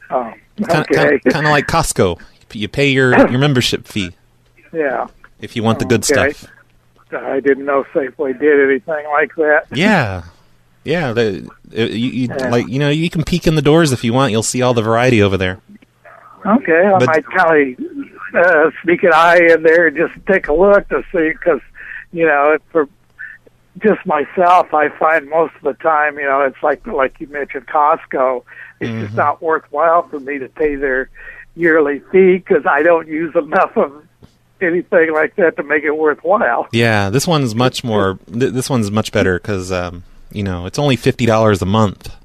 N: Oh,
A: Kind of
N: Ah, okay.
A: kind of like Costco. You pay your your membership fee
N: yeah.
A: if you want the good
N: Okay.
A: stuff.
N: I didn't know Safeway did anything like that.
A: Yeah, yeah. The, you, you,
N: Yeah.
A: Like you know, you can peek in the doors if you want. You'll see all the variety over there.
N: Okay, I
A: But-
N: might probably uh, sneak an eye in there and just take a look to see, because you know, if for just myself, I find most of the time, you know, it's like like you mentioned Costco, it's
A: Mm-hmm.
N: just not worthwhile for me to pay their yearly fee because I don't use enough of anything like that to make it worthwhile.
A: Yeah, this one's much more. Th- this one's much better because um, you know it's only fifty dollars a month,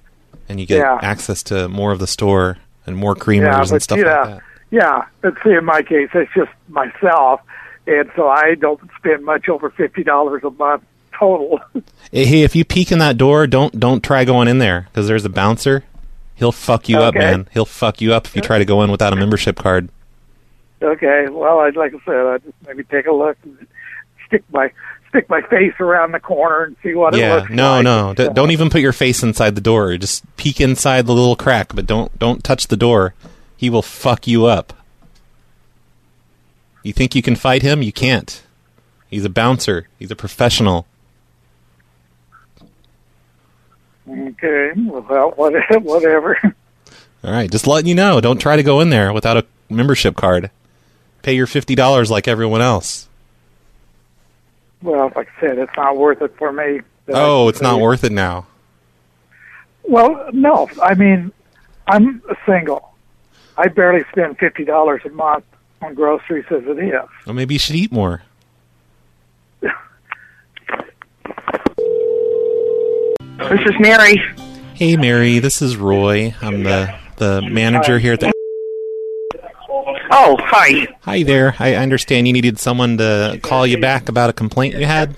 A: and you get
N: Yeah.
A: access to more of the store and more creamers
N: yeah,
A: and
N: but
A: stuff
N: you
A: like
N: know,
A: that.
N: yeah. But see, in my case, it's just myself, and so I don't spend much over fifty dollars a month total.
A: Eh, Hey, if you peek in that door, don't don't try going in there because there's a bouncer. He'll fuck you up,
N: Okay.
A: man. He'll fuck you up if you try to go in without a membership card.
N: Okay. Well, I'd like I said, I'd just maybe take a look, and stick my stick my face around the corner and see what it
A: yeah,
N: looks.
A: no, no. D- don't even put your face inside the door. Just peek inside the little crack, but don't don't touch the door. He will fuck you up. You think you can fight him? You can't. He's a bouncer. He's a professional.
N: Okay. Well, what- whatever.
A: All right, just letting you know. Don't try to go in there without a membership card. Pay your fifty dollars like everyone else.
N: Well, like I said, it's not worth it for me.
A: Oh, it's not worth it now.
N: Well, no. I mean, I'm single. I barely spend fifty dollars a month on groceries as it is.
A: Well, maybe you should eat more.
H: This is Mary.
A: Hey, Mary, this is Roy. I'm the the manager here at the
H: Oh, hi.
A: Hi there. I I understand you needed someone to call you back about a complaint you had.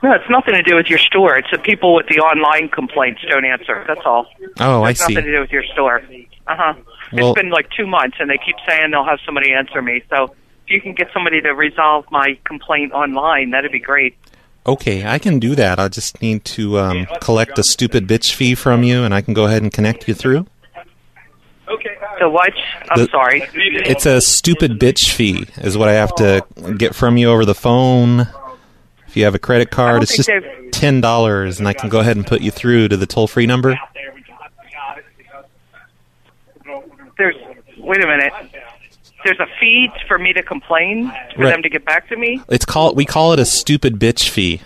H: No, it's nothing to do with your store. It's the people with the online complaints don't answer. That's all.
A: Oh, I
H: it's
A: see.
H: Nothing to do with your store. Uh huh.
A: Well-
H: it's been like two months, and they keep saying they'll have somebody answer me. So if you can get somebody to resolve my complaint online, that'd be great.
A: Okay, I can do that. I just need to um, collect a stupid bitch fee from you, and I can go ahead and connect you through.
H: So what? I'm
A: The-
H: sorry.
A: It's a stupid bitch fee, is what I have to get from you over the phone. If you have a credit card, it's
H: think
A: just
H: they've-
A: ten dollars, and I can go ahead and put you through to the toll free number.
H: There's. Wait a minute. there's a fee for me to complain for
A: Right.
H: them to get back to me.
A: It's called we call it a stupid bitch fee,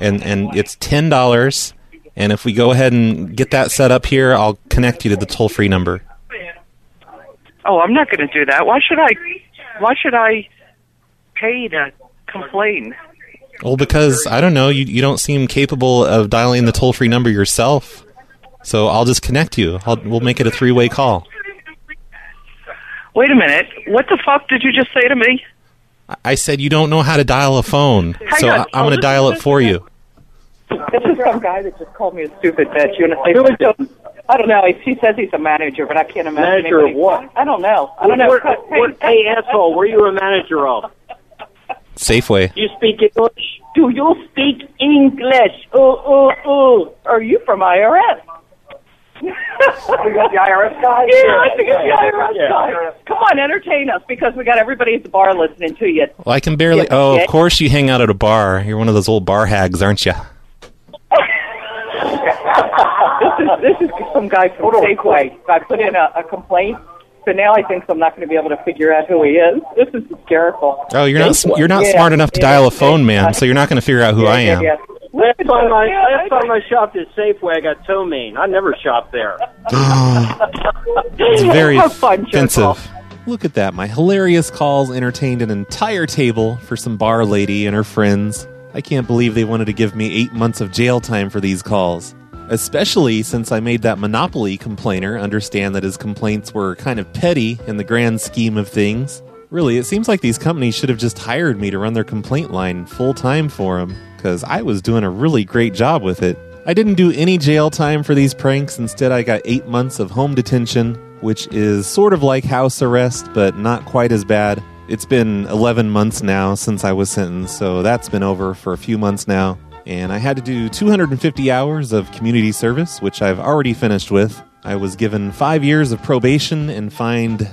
A: and and it's ten dollars. And if we go ahead and get that set up here, I'll connect you to the toll free number.
H: Oh, I'm not going to do that. Why should I? Why should I pay to complain?
A: Well, because I don't know, you you don't seem capable of dialing the toll free number yourself, so I'll just connect you. I'll, we'll make it a three way call.
H: Wait a minute. What the fuck did you just say to me?
A: I- I said you don't know how to dial a phone,
H: Hang
A: so
H: on.
A: I, I'm going
H: Oh,
A: to dial
H: this
A: it for you.
O: This is some guy that just called me a stupid bitch. You know, I really don't. I don't know. He says he's a manager, but I can't imagine.
P: Manager of
O: anybody-
P: what?
O: I don't know. I don't know.
P: Where- where- hey, asshole, where you a manager of?
A: Safeway.
P: You speak English?
O: Do you speak English? Oh, oh, oh. Are you from IRS?
P: We Oh, got the IRS guy?
O: Yeah, I think it's the IRS
P: Yeah.
O: guy. Come on, entertain us because we got everybody at the bar listening to you.
A: Well, I can barely.
O: Yeah,
A: Oh,
O: okay.
A: of course you hang out at a bar. You're one of those old bar hags, aren't you?
O: this, is, this is some guy from Safeway. I put in a, a complaint, so now he thinks I'm not going to be able to figure out who he is. This is hysterical.
A: Oh, you're not sm- you're not
O: Yeah,
A: smart enough to
O: yeah,
A: dial a phone, ma'am. So you're not going to figure out who
O: yeah,
A: I
O: yeah,
A: am.
O: yeah.
P: Last time I last time I shopped at Safeway, I got so mean. I never shopped there.
A: It's very
P: Have fun,
A: offensive. Look at that! My hilarious calls entertained an entire table for some bar lady and her friends. I can't believe they wanted to give me eight months of jail time for these calls, especially since I made that monopoly complainer understand that his complaints were kind of petty in the grand scheme of things. Really, it seems like these companies should have just hired me to run their complaint line full time for them, because I was doing a really great job with it. I didn't do any jail time for these pranks, instead, I got eight months of home detention, which is sort of like house arrest, but not quite as bad. It's been 11 months now since I was sentenced, so that's been over for a few months now. And I had to do 250 hours of community service, which I've already finished with. I was given five years of probation and fined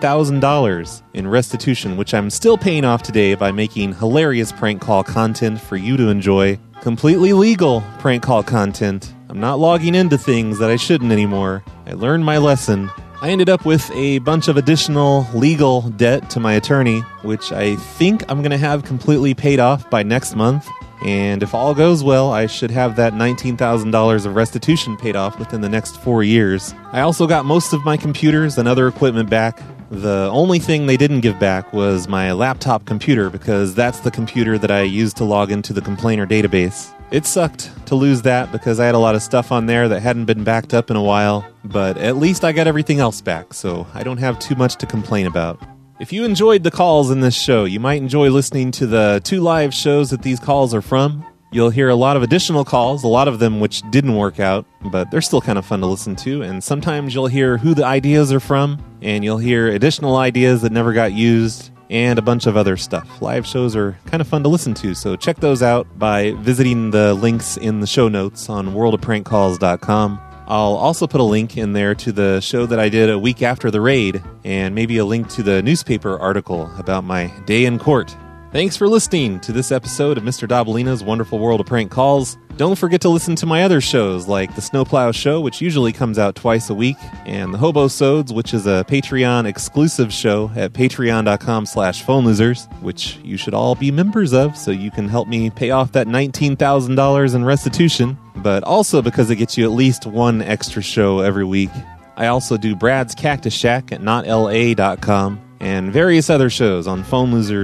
A: $19,000 in restitution, which I'm still paying off today by making hilarious prank call content for you to enjoy. Completely legal prank call content. I'm not logging into things that I shouldn't anymore. I learned my lesson. I ended up with a bunch of additional legal debt to my attorney, which I think I'm going to have completely paid off by next month. And if all goes well, I should have that $19,000 of restitution paid off within the next four years. I also got most of my computers and other equipment back. The only thing they didn't give back was my laptop computer because that's the computer that I used to log into the complainer database. It sucked to lose that because I had a lot of stuff on there that hadn't been backed up in a while, but at least I got everything else back, so I don't have too much to complain about. If you enjoyed the calls in this show, you might enjoy listening to the two live shows that these calls are from. You'll hear a lot of additional calls, a lot of them which didn't work out, but they're still kind of fun to listen to. And sometimes you'll hear who the ideas are from, and you'll hear additional ideas that never got used, and a bunch of other stuff. Live shows are kind of fun to listen to, so check those out by visiting the links in the show notes on worldofprankcalls.com. I'll also put a link in there to the show that I did a week after the raid, and maybe a link to the newspaper article about my day in court. Thanks for listening to this episode of Mr. Dabalina's Wonderful World of Prank Calls. Don't forget to listen to my other shows, like The Snowplow Show, which usually comes out twice a week, and The Hobo Sodes, which is a Patreon exclusive show at patreon.com slash phone losers, which you should all be members of so you can help me pay off that $19,000 in restitution, but also because it gets you at least one extra show every week. I also do Brad's Cactus Shack at notla.com and various other shows on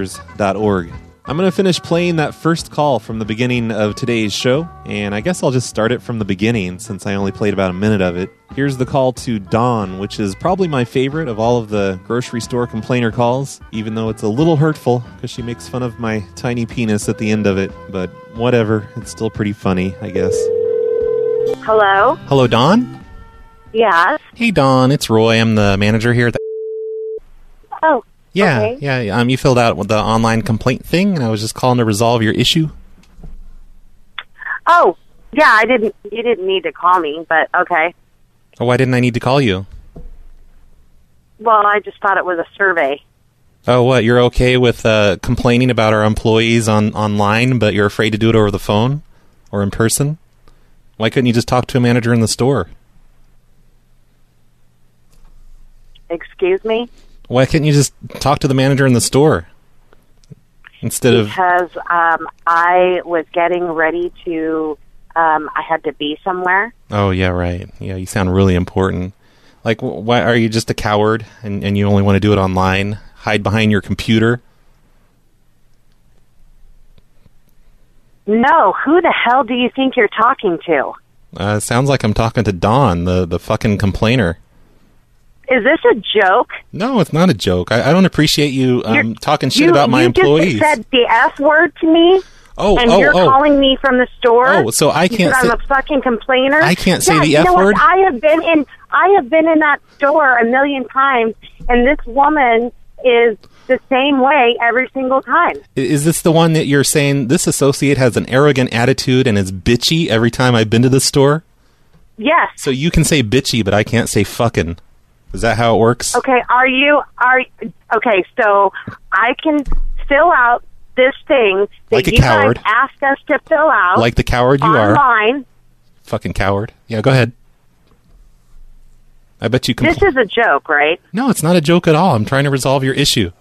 A: phonelosers.org. I'm going to finish playing that first call from the beginning of today's show, and I guess I'll just start it from the beginning since I only played about a minute of it. Here's the call to Dawn, which is probably my favorite of all of the grocery store complainer calls, even though it's a little hurtful because she makes fun of my tiny penis at the end of it, but whatever, it's still pretty funny, I guess.
Q: Hello?
A: Hello, Dawn?
Q: Yes.
A: Hey, Don, it's Roy. I'm the manager here. At the-
Q: Oh.
A: yeah,
Q: Okay.
A: yeah, yeah. Um, you filled out the online complaint thing, and I was just calling to resolve your issue.
Q: Oh. Yeah, I didn't you didn't need to call me, but okay.
A: Oh, why didn't I need to call you?
Q: Well, I just thought it was a survey.
A: Oh, what? You're okay with uh, complaining about our employees on online, but you're afraid to do it over the phone or in person? Why couldn't you just talk to a manager in the store?
Q: Excuse me?
A: Why can't you just talk to the manager in the store instead of?
Q: because um, I was getting ready to. Um, I had to be somewhere.
A: Oh yeah, right. Yeah, you sound really important. Like, wh- why are you just a coward and, and you only want to do it online? Hide behind your computer.
Q: No, who the hell do you think you're talking to?
A: Uh, sounds like I'm talking to Don, the the fucking complainer.
Q: Is this a joke?
A: No, it's not a joke. I, I don't appreciate you um, talking shit about my
Q: you
A: employees.
Q: Just said the f word to me.
A: Oh,
Q: and
A: oh,
Q: you're
A: oh.
Q: calling me from the store.
A: Oh, so I
Q: You
A: can't
Q: said
A: say-
Q: I'm a fucking complainer.
A: I can't say
Q: Yeah,
A: the
Q: you
A: F
Q: know what?
A: word?
Q: I have been in. I have been in that store a million times, and this woman is the same way every single time.
A: I- Is this the one that you're saying this associate has an arrogant attitude and is bitchy every time I've been to this store?
Q: Yes.
A: So you can say bitchy, but I can't say fucking. Is that how it works?
Q: Okay. Are you? Are okay? So I can fill out this thing that
A: Like a
Q: you guys
A: coward.
Q: asked us to fill out.
A: Like the coward you are.
Q: online.
A: Fucking coward. Yeah, go ahead. I bet you can.
Q: This is a joke, right?
A: no, it's not a joke at all. I'm trying to resolve your issue.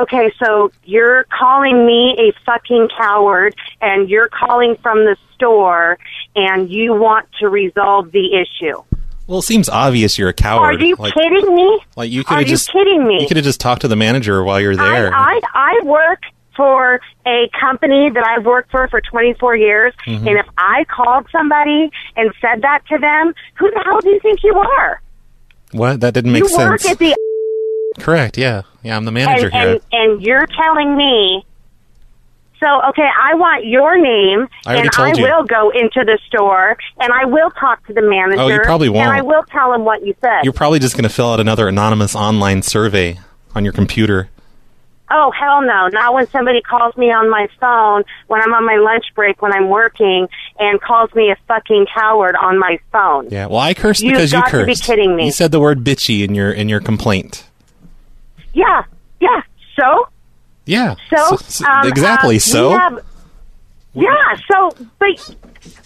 Q: Okay, so you're calling me a fucking coward and you're calling from the store and you want to resolve the issue.
A: Well, it seems obvious you're a coward.
Q: Are you
A: like,
Q: kidding me?
A: Like you could
Q: Are
A: have
Q: you
A: just
Q: kidding me?
A: You could have just talked to the manager while you're
Q: I, uh,
A: there.
Q: I, I work for a company that I've worked for for 24 years
A: Mhm.
Q: and if I called somebody and said that to them, who the hell do you think you are?
A: what? That didn't make
Q: you work
A: sense.
Q: at the
A: Correct. Yeah. Yeah. I'm the manager
Q: and,
A: here.
Q: And, and you're telling me. So okay, I want your name,
A: I already
Q: and
A: told
Q: I
A: you.
Q: will go into the store, and I will talk to the manager.
A: Oh, you probably won't.
Q: And I will tell him what you said.
A: You're probably just going to fill out another anonymous online survey on your computer.
Q: oh hell no! Not when somebody calls me on my phone when I'm on my lunch break when I'm working and calls me a fucking coward on my phone.
A: Yeah. Well, I cursed
Q: You've
A: because you
Q: got to
A: cursed.
Q: be kidding me.
A: You said the word bitchy in your in your complaint.
Q: Yeah, yeah. So,
A: Yeah.
Q: so, um,
A: exactly.
Q: um,
A: so.
Q: we have- yeah. So, but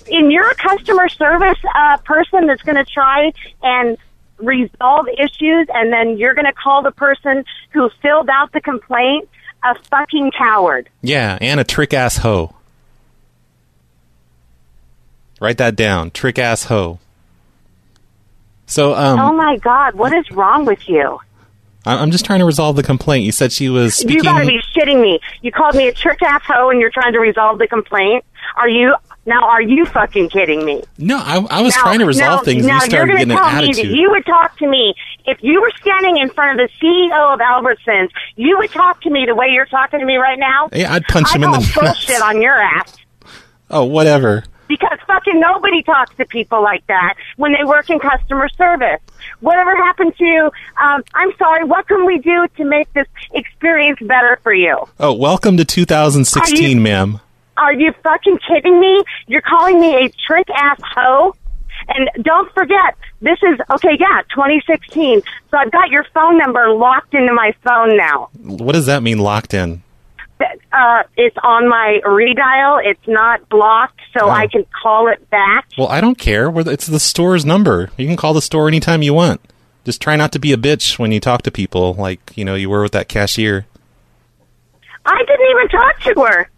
Q: in you're a customer service uh, person that's going to try and resolve issues, and then you're going to call the person who filled out the complaint a fucking coward.
A: Yeah, and a trick ass hoe. Write that down. Trick ass hoe. So, um,
Q: oh my God, what is wrong with you?
A: I- I'm just trying to resolve the complaint. You said she was
Q: You
A: speaking.
Q: got to be shitting me. You called me a trick ass hoe, and you're trying to resolve the complaint. Are you now? Are you fucking kidding me?
A: no, I, I was
Q: Now-
A: trying to resolve
Q: now-
A: things.
Q: Now
A: you started
Q: you're
A: getting
Q: gonna
A: an
Q: tell
A: attitude.
Q: Me that you would talk to me if you were standing in front of the CEO of Albertsons. You would talk to me the way you're talking to me right now.
A: Yeah, I'd punch
Q: I
A: him in the
Q: call bullshit on your ass
A: oh, whatever.
Q: because fucking nobody talks to people like that when they work in customer service. Whatever happened to? Um, I'm sorry. What can we do to make this experience better for you?
A: Oh, welcome to 2016, ma'am.
Q: Are you fucking kidding me? You're calling me a trick ass hoe? And don't forget, this is, okay, yeah, 2016. So I've got your phone number locked into my phone now.
A: What does that mean? Locked in.
Q: Uh, it's on my redial. It's not blocked, so
A: Oh.
Q: I can call it back.
A: Well, I don't care. We're the- It's the store's number. You can call the store anytime you want. Just try not to be a bitch when you talk to people, like you know you were with that cashier.
Q: I didn't even talk to her.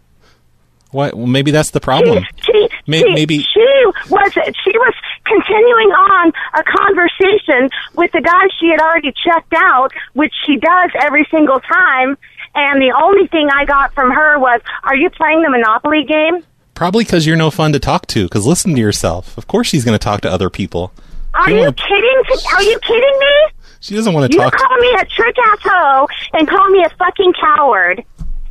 A: Why? Well, maybe that's the problem.
Q: She,
A: May-
Q: she,
A: maybe-
Q: she was she was continuing on a conversation with the guy she had already checked out, which she does every single time. And the only thing I got from her was, "Are you playing the Monopoly game?"
A: Probably because you're no fun to talk to. Because listen to yourself. Of course, she's going to talk to other people.
Q: Are
A: You
Q: you
A: wanna-
Q: kidding? To, are you kidding me?
A: She doesn't want to
Q: You
A: talk.
Q: call me a trick ass hoe and call me a fucking coward,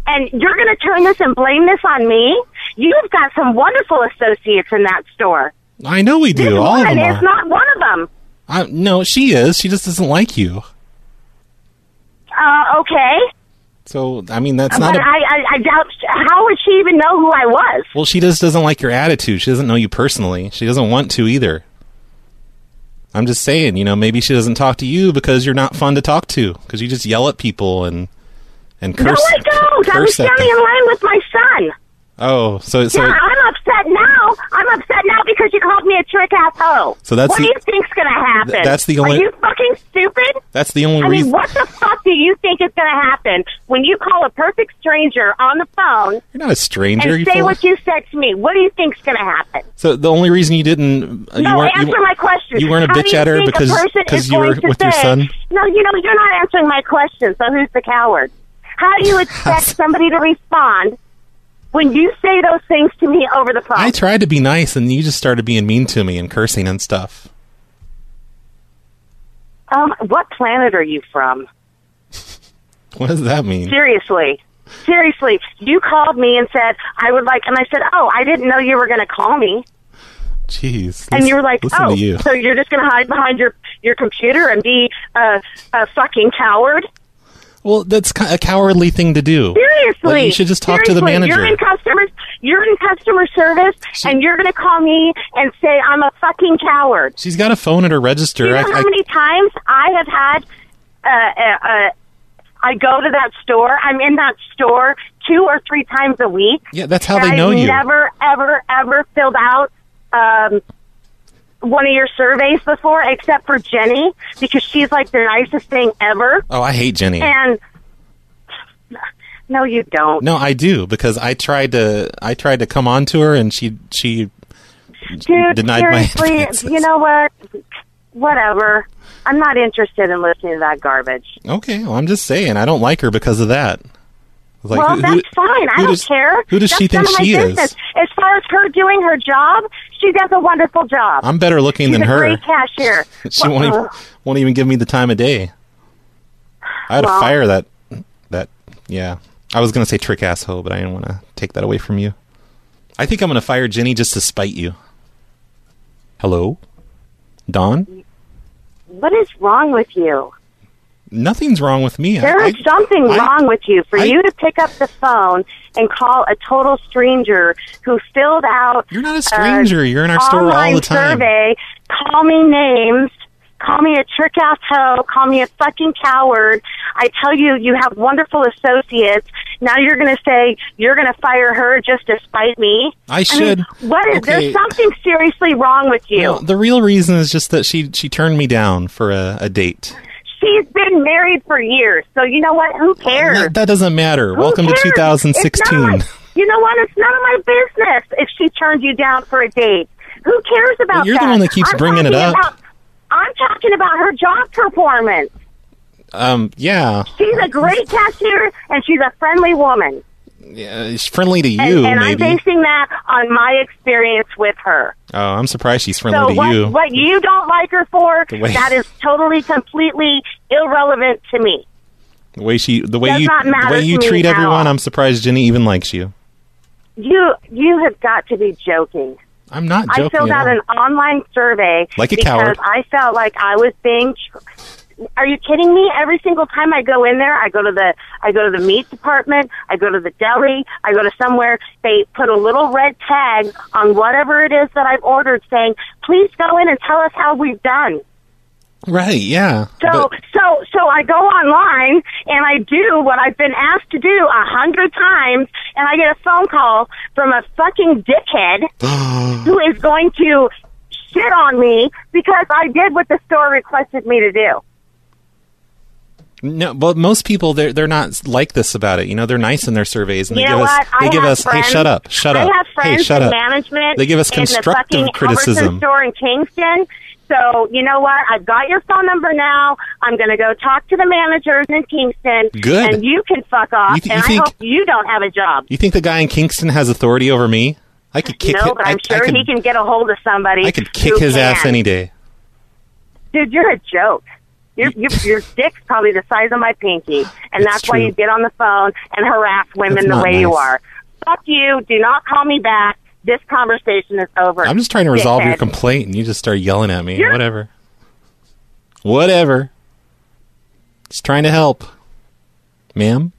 Q: and you're going to turn this and blame this on me. You've got some wonderful associates in that store.
A: I know we do. All of
Q: One
A: them
Q: is
A: are.
Q: not one of them.
A: I, no, she is. She just doesn't like you.
Q: Uh, okay.
A: So I mean, that's
Q: but
A: not. A,
Q: I, I, I doubt. How would she even know who I was?
A: well, she just doesn't like your attitude. She doesn't know you personally. She doesn't want to either. I'm just saying, you know, maybe she doesn't talk to you because you're not fun to talk to. Because you just yell at people and and curse.
Q: no, I don't. I was
A: curse at
Q: standing
A: them.
Q: in line with my son.
A: Oh, so so
Q: yeah, I'm upset upset now. I'm upset now because you called me a trick asshole.
A: So that's
Q: what
A: the-
Q: do you think's going to happen?
A: Th- that's the
Q: Are
A: only-
Q: you fucking stupid?
A: That's the only
Q: I
A: reason.
Q: mean, what the fuck do you think is going to happen when you call a perfect stranger on the phone
A: You're not a stranger.
Q: and
A: You
Q: say
A: fool.
Q: what you said to me? What do you think's going to happen?
A: so the only reason you didn't uh, you
Q: no,
A: weren't
Q: answer
A: you,
Q: my question.
A: you weren't a
Q: How do
A: bitch
Q: you
A: at her
Q: think a
A: because
Q: person is
A: you were
Q: going to
A: with your
Q: say,
A: son.
Q: No, you know you're not answering my question. So who's the coward? How do you expect somebody to respond when you say those things to me over the phone?
A: I tried to be nice, and you just started being mean to me and cursing and stuff.
Q: um, what planet are you from?
A: What does that mean?
Q: Seriously. Seriously, you called me and said I would like, and I said, "Oh, I didn't know you were going to call me."
A: Jeez.
Q: and you were like,
A: listen
Q: "Oh,
A: to you.
Q: so you're just going to hide behind your your computer and be a, a fucking coward?"
A: well, that's ki- a cowardly thing to do.
Q: Seriously,
A: Like, you should just talk to the
Q: Seriously,
A: manager.
Q: You're in customer, you're in customer service, and you're going to call me and say I'm a fucking coward.
A: She's got a phone at her register.
Q: Do you know
A: I,
Q: how
A: I,
Q: many times I have had? Uh, uh, uh, I go to that store. I'm in that store two or three times a week.
A: Yeah, that's how
Q: and
A: they
Q: I've
A: know you.
Q: Never, ever, ever filled out um, one of your surveys before, except for Jenny, because she's like the nicest thing ever.
A: oh, I hate Jenny.
Q: And no, you don't.
A: No, I do because I tried to I tried to come on to her and she she
Q: Dude,
A: denied my
Q: seriously, you know what? Whatever. I'm not interested in listening to that garbage.
A: Okay, well I'm just saying I don't like her because of that. Like,
Q: well,
A: who-
Q: that's
A: who-
Q: fine. I
A: who
Q: don't
A: does-
Q: care.
A: who does
Q: That's
A: she think
Q: none of my
A: she is?
Q: business. As far as her doing her job, she does a wonderful job.
A: I'm better looking
Q: She's
A: than
Q: a
A: her.
Q: Great cashier. uh,
A: She won't e- even,
Q: Well,
A: won't even give me the time of day. I had to
Q: Well-
A: fire that that yeah. I was gonna say trick asshole, but I didn't want to take that away from you. I think I'm gonna fire Jenny just to spite you. Hello, Don.
Q: What is wrong with you?
A: Nothing's wrong with me. I-
Q: There
A: I-
Q: is something
A: I-
Q: wrong with you for
A: I-
Q: you to pick up the phone and call a total stranger who filled out. You're
A: not a stranger. You're in our store all the time.
Q: Survey. Call me names. Call me a trick ass hoe. Call me a fucking coward. I tell you, you have wonderful associates. Now you're going to say you're going to fire her just to spite me.
A: I
Q: mean,
A: should.
Q: what is
A: Okay.
Q: there's something seriously wrong with you?
A: No, the real reason is just that she she turned me down for a, a date.
Q: She's been married for years, so you know what? Who cares?
A: That, that doesn't matter.
Q: Who
A: Welcome
Q: cares?
A: to
Q: It's none of my-
A: 2016.
Q: You know what? It's none of my business if she turned you down for a date. Who cares about
A: Well, you're the
Q: that?
A: one that keeps
Q: I'm
A: bringing it
Q: talking
A: up.
Q: about- I'm talking about her job performance.
A: Um, yeah,
Q: She's a great cashier and she's a friendly woman.
A: yeah, it's friendly to you,
Q: and and I'm
A: maybe.
Q: basing that on my experience with her.
A: oh, I'm surprised she's friendly
Q: so
A: to
Q: what,
A: you.
Q: what you don't like her for,
A: The way-
Q: that is totally, completely irrelevant to me.
A: The way she, the way
Q: does
A: you,
Q: not
A: the
Q: matter
A: way you
Q: to me
A: treat
Q: at
A: everyone,
Q: all.
A: I'm surprised Jenny even likes you.
Q: You you have got to be joking.
A: I'm not
Q: I
A: joking
Q: filled
A: at
Q: out
A: all.
Q: an online survey
A: Like a
Q: because
A: coward.
Q: I felt like I was being. Are you kidding me? Every single time I go in there, I go to the I go to the meat department, I go to the deli, I go to somewhere. They put a little red tag on whatever it is that I've ordered, saying, "Please go in and tell us how we've done."
A: Right? Yeah.
Q: So, so, so I go online and I do what I've been asked to do a hundred times, and I get a phone call from a fucking dickhead who is going to shit on me because I did what the store requested me to do.
A: No, but most people they're they're not like this about it. You know, they're nice in their surveys, and
Q: You
A: they
Q: know
A: give
Q: what?
A: us
Q: I
A: they give
Q: have
A: us
Q: friends-
A: hey, shut up, shut
Q: I
A: up,
Q: have friends
A: hey, shut
Q: in
A: up.
Q: managtive
A: They give us constructive
Q: in the fucking Albertson
A: criticism.
Q: store in Kingston. So you know what? I've got your phone number now. I'm going to go talk to the managers in Kingston.
A: Good.
Q: And you can fuck off.
A: You th- you
Q: and
A: think-
Q: I hope you don't have a job.
A: You think the guy in Kingston has authority over me? I could kick.
Q: no,
A: hi-
Q: but
A: I-
Q: I'm
A: I
Q: sure
A: could,
Q: he can get a hold of somebody.
A: I could kick
Q: who
A: his ass
Q: can.
A: any day.
Q: Dude, you're a joke. Your your your dick's probably the size of my pinky, and that's why
A: true.
Q: you get on the phone and harass women
A: That's
Q: the
A: not
Q: way you
A: nice.
Q: are. Fuck you. Do not call me back. This conversation is over.
A: I'm just trying to resolve your
Q: dickhead.
A: complaint, and you just start yelling at me.
Q: You're-
A: Whatever. Whatever. Just trying to help, ma'am.